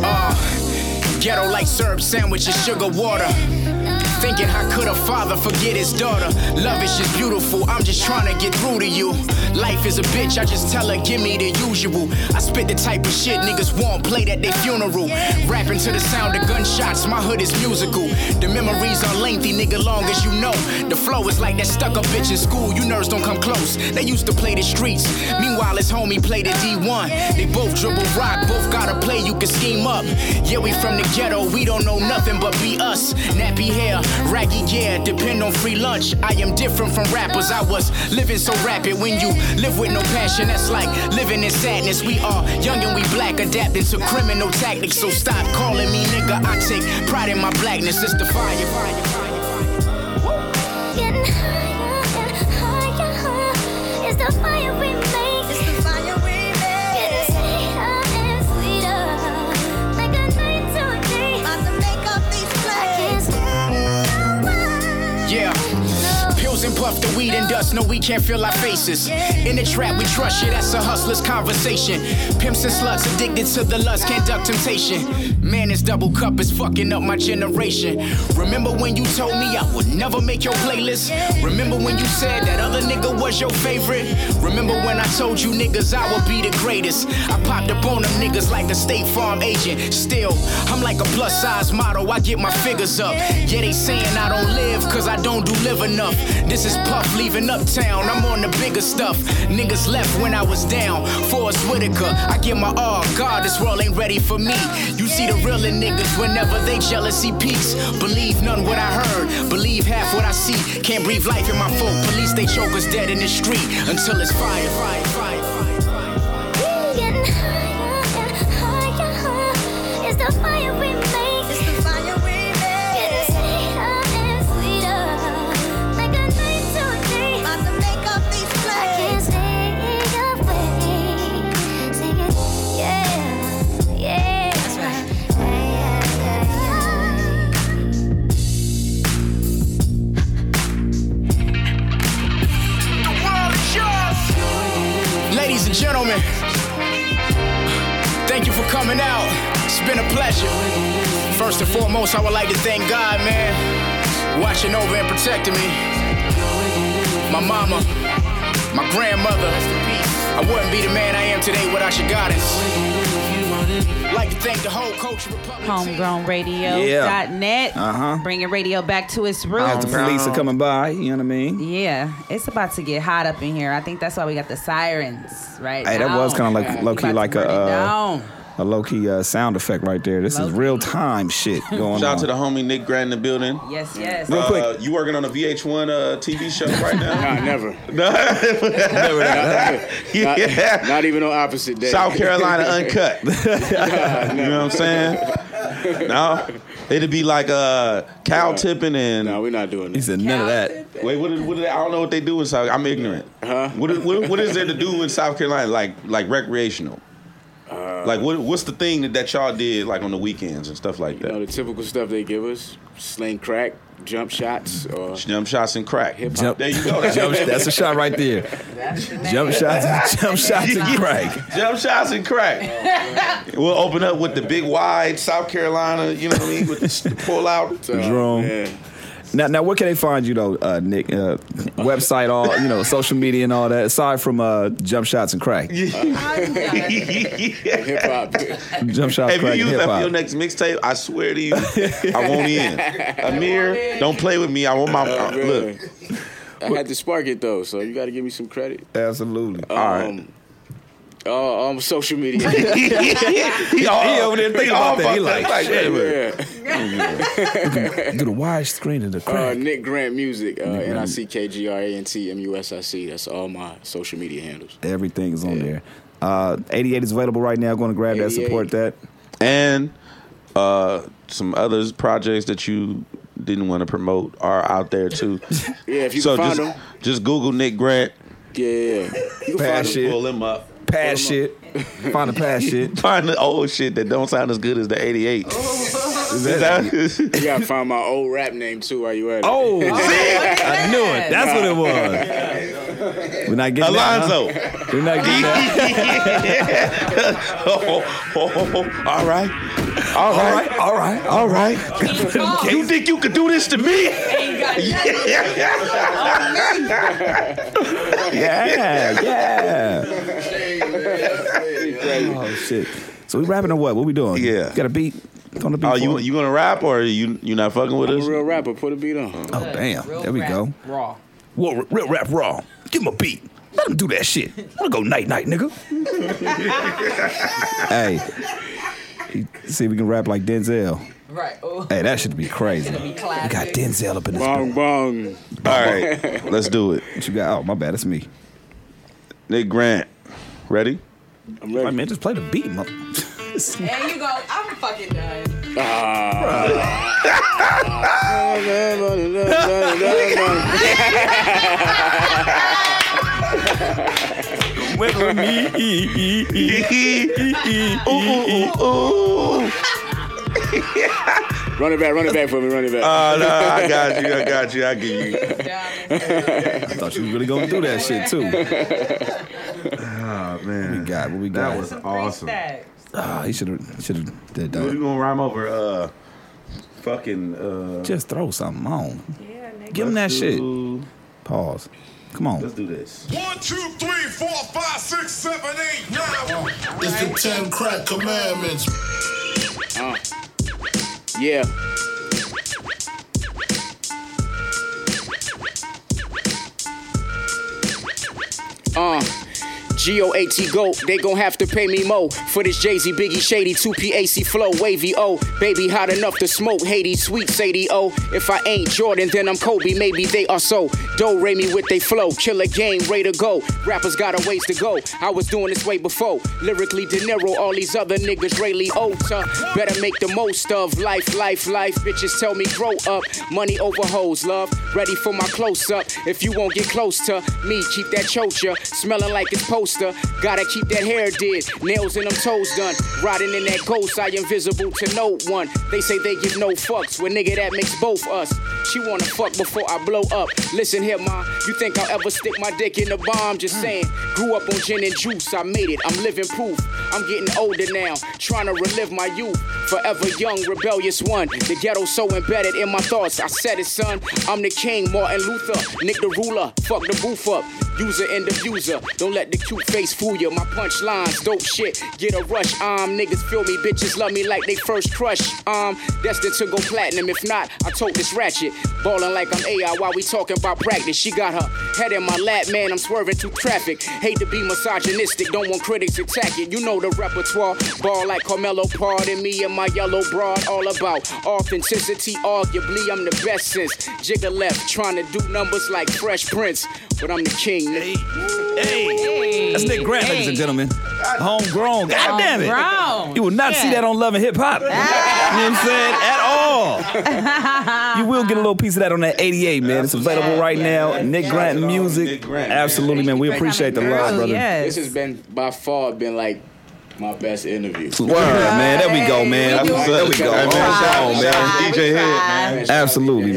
S7: Uh, ghetto like syrup sandwiches, sugar water. Thinking how could a father forget his daughter? Love is just beautiful, I'm just trying to get through to you. Life is a bitch, I just tell her, give me the usual. I spit the type of shit niggas won't play at their funeral. Rapping to the sound of gunshots, my hood is musical. The memories are lengthy, nigga, long as you know. The flow is like that stuck up bitch in school, you nerds don't come close. They used to play the streets, meanwhile, his homie played the D1. They both dribble rock, both gotta play, you can scheme up. Yeah, we from the ghetto, we don't know nothing but be us. Nappy hair, Raggy, yeah, depend on free lunch. I am different from rappers. I was living so rapid when you live with no passion. That's like living in sadness. We are young and we black, adapting to criminal tactics. So stop calling me nigga. I take pride in my blackness. It's the fire. fire, fire,
S15: fire. Getting higher and higher. It's the fire we make. It's the fire we make. Getting sweeter and sweeter. Like a night to a day. About to make up these plays.
S7: Yeah. Pills and puff the weed and dust. No, we can't feel our faces. In the trap, we trust you. That's a hustler's conversation. Pimps and sluts addicted to the lust. Can't duck temptation. Man, this double cup is fucking up my generation. Remember when you told me I would never make your playlist? Remember when you said that other nigga was your favorite? Remember when I told you niggas I would be the greatest? I popped up on them niggas like the State Farm agent. Still, I'm like a plus size model. I get my figures up. Yeah, they saying I don't live cause I don't do live enough. This is Puff leaving uptown, I'm on the bigger stuff. Niggas left when I was down. Forrest Whitaker, I give my all. God, this world ain't ready for me. You see the real in niggas whenever they jealousy peaks. Believe none what I heard, believe half what I see. Can't breathe life in my folk. Police, they choke us dead in the street until it's fire, fire, fire, fire.
S15: Getting higher and higher. It's the fire we make. It's the fire we make. Getting sweeter and sweeter. Like a night to a day. About to make up these plays. I can't stay away. Sing it, yeah, yeah. That's right. Yeah, yeah, yeah, yeah.
S7: The world is yours. Ladies and gentlemen, thank you for coming out. It's been a pleasure. First and foremost, I would like to thank God, man, watching over and protecting me. My mama, my grandmother. I wouldn't be the man I am today without your goddess. Like to thank the whole Culture Republic. team.
S3: Homegrownradio.net.
S2: Uh-huh.
S3: Bringing radio back to its roots.
S2: As the police are coming by, you know what I mean?
S3: Yeah, it's about to get hot up in here. I think that's why we got the sirens right
S2: Hey, that
S3: now.
S2: was kind of like
S3: Yeah.
S2: low
S3: We
S2: key
S3: about
S2: like
S3: to
S2: a
S3: burn it
S2: uh,
S3: down.
S2: a low key uh, sound effect right there. This is
S3: Low-key.
S2: real time
S3: <laughs>
S2: shit going
S4: Shout out to
S2: on.
S4: the homie Nick Grant in the building.
S3: Yes, yes.
S2: Real
S4: Uh,
S2: quick.
S4: you working on a VH1 uh, TV show right
S1: <laughs>
S4: now?
S1: Nah, never. Not,
S4: <laughs> yeah.
S1: not even on opposite day.
S4: South
S1: <laughs>
S4: Carolina uncut. <laughs> you know what I'm saying? No, it'd be like uh, cow tipping and
S1: No, we're not doing
S2: He
S1: that.
S2: said none of that.
S4: wait. What? Is, what? Is, I don't know what they do in South. I'm ignorant.
S1: Huh?
S4: What, is- what? What is there to do in South Carolina? Like like recreational.
S1: Uh,
S4: like what? What's the thing that, that y'all did like on the weekends and stuff like
S1: You know,
S4: that?
S1: the typical stuff they give us sling crack, jump shots, or
S4: Jump shots and crack.
S1: hip hop.
S2: Jump,
S4: There you go. That's
S2: jump, that's a shot right there. Jump
S4: <laughs>
S2: shots, jump shots, and crack.
S4: Jump shots and crack. <laughs> we'll open up with the big wide South Carolina. You know what I mean? With the, the pull out. uh,
S2: <laughs>
S1: So,
S2: Jerome.
S1: yeah.
S2: Now, now, where can they find you though, uh, Nick? Uh, website, all you know, social media, and all that. Aside from uh, jump shots and crack,
S1: Hip hop.
S2: jump shots,
S4: If you
S2: crack,
S4: use
S2: hip
S4: that for your
S2: hop.
S4: next mixtape, I swear to you, I won't
S2: <laughs>
S4: in. Amir, don't play with me. I want my uh,
S1: Really.
S4: look.
S1: Oh, I had to spark it though, so you got to give me some credit.
S2: Absolutely.
S1: Um,
S4: All right.
S1: Oh, um, social media.
S4: he,
S2: he over there thinking about that. He like,
S4: wait a minute.
S1: yeah.
S2: Uh, Do the wide screen and the
S1: Uh,
S2: crack.
S1: Nick Grant Music. Uh, N I C K G R A N T M U S I C. That's all my social media handles.
S2: Everything is on there. Uh, 88 is available right now. Going to grab that,
S1: 88.
S2: support that.
S4: and uh, some other projects that you didn't want to promote are out there too.
S1: <laughs> Yeah, if you
S4: so
S1: can find
S4: just,
S1: them.
S4: just Google Nick Grant.
S1: Yeah, yeah, yeah. You can
S2: Pass
S1: find
S2: shit.
S4: Pull him up.
S2: Pass
S1: <laughs>
S2: shit. Find the pass shit.
S4: Find the old shit that don't sound as good as the 88.
S2: Is that-
S7: you gotta find my old rap name too while you at it.
S1: <laughs>
S4: <laughs>
S2: Oh, see?
S4: I
S2: knew it. That's what it was. We're not getting
S4: Alonzo.
S2: That, huh?
S1: <laughs>
S2: We're not getting that.
S4: <laughs> Oh, oh, oh, all right. All
S2: All
S4: right.
S2: right, all right, all
S4: All
S2: right.
S4: right. <laughs> You think you could do this to me?
S3: Ain't got nothing Oh,
S2: <laughs> Yeah, yeah.
S7: Crazy.
S2: Oh shit. So we rapping or what? What we doing?
S4: Yeah.
S2: Got a beat? On the beat.
S4: Oh,
S2: for
S4: you
S2: us?
S4: you gonna rap or you you not fucking with
S7: I'm
S4: us?
S7: a real rapper. Put a beat on.
S2: Oh damn.
S3: Real
S2: There we
S3: rap,
S2: go. <laughs>
S3: Raw.
S2: Well, r- real rap raw. Give him a beat. Let him do that shit. Let him go night night, nigga. hey. He- See if we can rap like Denzel.
S3: Right. Oh.
S2: Hey, that should be crazy.
S3: That'd be
S2: We
S3: classic.
S2: got Denzel up in this.
S7: Bong bong.
S2: bitch.
S4: All
S7: <laughs>
S4: right, let's do it.
S2: What you got? Oh, my bad. It's me.
S4: Nick Grant, ready?
S7: I'm
S2: I
S7: ready.
S2: mean, just play the beat, mother.
S3: There you go. I'm fucking done.
S7: Ah.
S1: Oh,
S2: <laughs>
S7: Run it back, run it back for me, run it back.
S4: Oh no, I got you. I got you. I get you.
S2: I thought you was really gonna do that shit too.
S4: <laughs>
S2: What
S4: Oh
S2: we
S4: man,
S2: got? What we got?
S4: that was awesome.
S2: Ah, he should have should have did
S4: What you
S2: that.
S4: gonna rhyme over? Uh, fucking. Uh,
S2: Just throw something on.
S3: Yeah, nigga.
S2: Give him that
S4: let's
S2: shit.
S4: do-
S2: Pause. Come
S4: Let's
S2: on.
S4: do this.
S13: One, two, three, four, five, six, seven, eight, nine.
S17: It's the ten crack commandments.
S7: Yeah. Uh. G-O-A-T go, they gon' have to pay me mo For this Jay-Z, Biggie Shady, 2PAC flow, wavy O Baby hot enough to smoke, Haiti sweet Sadie O If I ain't Jordan, then I'm Kobe, maybe they are so Do ray me with they flow, killer game, way to go Rappers got a ways to go, I was doing this way before Lyrically De Niro, all these other niggas Rayleigh Ota Better make the most of life, life, life Bitches tell me grow up, money over hoes, love Ready for my close-up, if you won't get close to me, keep that chocha, smelling like it's poster. Gotta keep that hair did, nails and them toes done. Riding in that ghost, I invisible to no one. They say they give no fucks, well nigga that makes both us. She wanna fuck before I blow up. Listen here, ma, you think I'll ever stick my dick in a bomb? Just saying, grew up on gin and juice, I made it, I'm living proof. I'm getting older now, trying to relive my youth. Forever young, rebellious one. The ghetto so embedded in my thoughts. I said it, son. I'm the king, Martin Luther, Nick the ruler. Fuck the roof up. User and abuser. Don't let the cute face fool you. My punchlines, dope shit. Get a rush. Um, niggas feel me, bitches love me like they first crush. Um, destined to go platinum. If not, I tote this ratchet. Ballin' like I'm AI while we talking about practice. She got her head in my lap, man. I'm swerving through traffic. Hate to be misogynistic, don't want critics attack it. You know the repertoire. Ball like Carmelo, pardon me and my yellow broad. All about authenticity. Arguably, I'm the best since Jigga left, trying to do numbers like Fresh Prince. But I'm the king, nigga.
S2: Hey, that's Nick Grant, ladies and
S3: Hey.
S2: gentlemen. Homegrown. God damn it.
S3: Homegrown.
S2: You will not see
S3: Yeah. Ah.
S2: that on Love and Hip Hop. you know what I'm saying? At <laughs> all. you will get a little piece of that on that 88, man. It's available right now. Nick Grant
S4: Shout out
S2: music.
S4: Nick Grant, man.
S2: Absolutely, man. We
S3: Thank you for
S2: appreciate the
S3: coming
S2: love,
S3: through.
S2: brother.
S3: Yes.
S7: This has been by far been like my best interview.
S2: Word, man. There we go, man.
S4: That's what's
S2: There
S4: up.
S2: we go.
S4: Hey, man, shout out,
S2: Oh, man.
S4: man. DJ Head, man.
S2: Absolutely.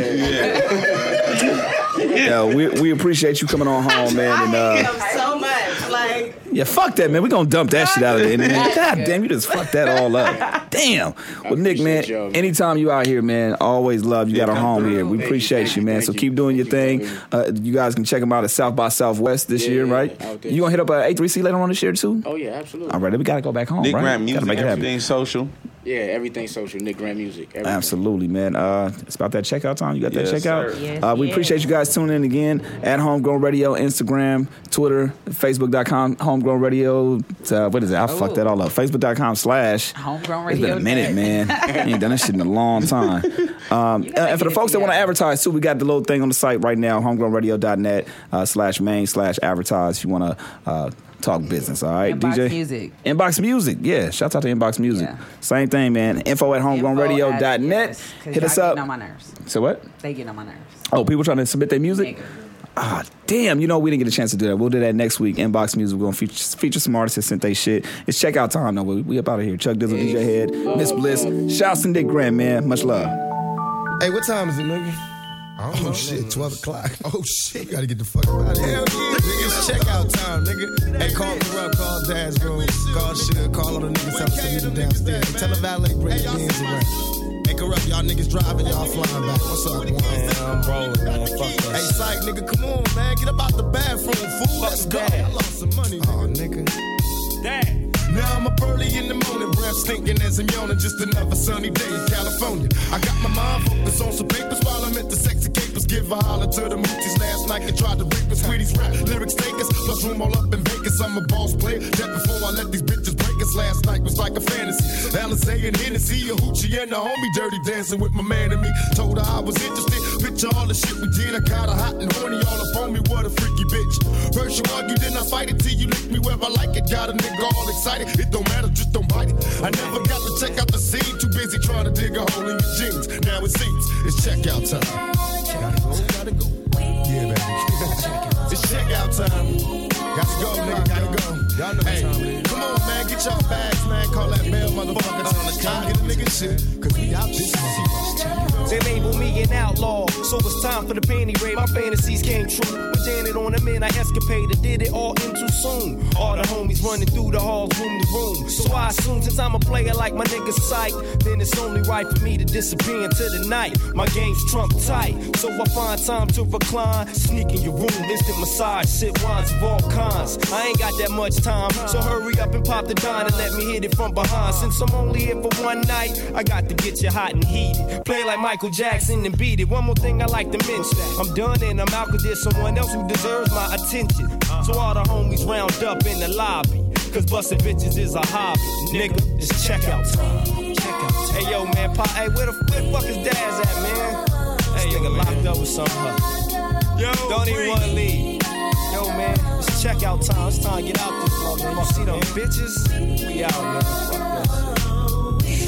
S2: <laughs> Yeah, we, we appreciate you coming on home, man. And
S3: I hate
S2: uh,
S3: him so much. Like,
S2: yeah, fuck that, man. We gonna dump that shit out of
S7: <laughs>
S2: the internet. God damn, you just fucked that all up. Damn. Well, Nick, man,
S7: appreciate y'all, man.
S2: anytime you out here, man, always love. You got a home here. We appreciate you, man.
S7: Thank
S2: So
S7: you.
S2: keep doing your
S7: Thank
S2: thing.
S7: you.
S2: Uh, you guys can check them out at South by Southwest this
S7: Yeah,
S2: year,
S7: yeah,
S2: right?
S7: yeah, out there.
S2: You gonna hit up uh, A3C later on this year too?
S7: Oh yeah, absolutely.
S2: All right, then we gotta go back home.
S4: Nick
S2: right?
S4: Grant
S2: Gotta
S4: music,
S2: make it happen.
S4: everything social.
S7: Yeah, everything social, Nick Grant music. Everything.
S2: Absolutely, man. Uh, it's about that checkout time. You got that
S4: Yes,
S2: checkout.
S4: sir.
S3: Yes,
S2: uh, we
S3: yes.
S2: appreciate you guys tuning in again at Homegrown Radio, Instagram, Twitter, Facebook.com, Homegrown Radio. Uh, what is it? I fucked that all up. Facebook.com slash
S3: Oh. Homegrown
S2: It's been
S3: Radio
S2: a minute,
S3: Net.
S2: man. I ain't done that shit in a
S3: <laughs>
S2: long time. Um, and- and for the folks that want to advertise too, we got the little thing on the site right now, homegrownradio.net uh, slash main slash advertise if you want to uh, talk business. All right,
S3: Inbox
S2: DJ?
S3: Music.
S2: Inbox Music, yeah. Shout out to Inbox Music.
S3: Yeah.
S2: Same thing, man. Info at
S3: Info at-
S2: homegrownradio.net.
S3: yes, 'cause
S2: Hit us
S3: y'all
S2: up.
S3: getting on my nerves.
S2: So what?
S3: They get on my nerves.
S2: Oh, people trying to submit their music?
S3: Nigga.
S6: ah, damn, you know, we didn't get a chance to do that. We'll do that next week. Inbox Music, we're going to feature, feature some artists that sent they shit. It's checkout time, though. We, we up out of here. Chuck Dizzle, DJ Head, Miss Bliss, Shouts and Dick Grant, man. Much love.
S18: Hey, what time is it, nigga?
S19: don't
S18: Oh
S19: know,
S18: shit,
S19: nigga.
S18: twelve o'clock. <laughs> Oh shit, we gotta get the fuck out of here. Hell yeah, nigga, it's checkout time, nigga. Hey, call corrupt, call Dad's room, call sugar, call all the niggas out to meet them downstairs. Tell the valet bring the hands around. Hey, corrupt, y'all niggas driving, y'all flying back. What's up, boy?
S19: Man, I'm rolling, man. Fuck that
S18: Hey,
S19: shit.
S18: psych, nigga, come on, man, get up out the bathroom, fool. Let's go. I lost some money, nigga. That. Now I'm up early in the morning, breath stinking as I'm yawning. Just another sunny day in California. I got my mind focused on some papers while I'm at the sexy capers. Give a holler to the moochies last night and tried to rape us. Sweeties rap lyrics takers, plus room all up in Vegas. I'm a boss player. That before I let these bitches break us last night was like a fantasy. Alizé and Hennessy, a hoochie and a homie, dirty dancing with my man and me. Told her I was interested. Picture all the shit we did. I kinda hot and horny all up on me. What a freaky bitch. First you argue, then I fight it till you lick me wherever I like it. Got a nigga all excited. It don't matter, just don't bite it. I never got to check out the scene. Too busy trying to dig a hole in your jeans. Now it seems it's checkout time. Gotta go, gotta go. Yeah, <laughs> baby. it's checkout time. Gotta go, nigga, gotta go. Y'all know hey, Come on, man, get y'all bags, man. Call that bell, motherfucker. Time to cop. Get a nigga shit. Cause we out this
S20: They labeled me an outlaw, so it's time for the panty raid. My fantasies came true. With Janet on the men, I escapaded, did it all in too soon. All the homies running through the halls, room to room. So I assume since I'm a player like my nigga Psych, then it's only right for me to disappear into the night. My game's trump tight, so I find time to recline. Sneak in your room, instant massage, sip wines of all kinds. I ain't got that much time, so hurry up and pop the dime and let me hit it from behind. Since I'm only here for one night, I got to get you hot and heated. Play like Michael Jackson and beat it. One more thing I like to mention. I'm done and I'm out 'cause there's someone else who deserves my attention. So all the homies round up in the lobby. Cause busting bitches is a hobby. Nigga, it's checkout time. Hey yo, man, pa, hey, where the, where the fuck is Daz at, man? Hey, nigga locked up with some hoe. Yo, Don't even wanna leave. Yo, man, it's checkout time. It's time to get out this motherfucker. You see them bitches? We out, man. Fuck that.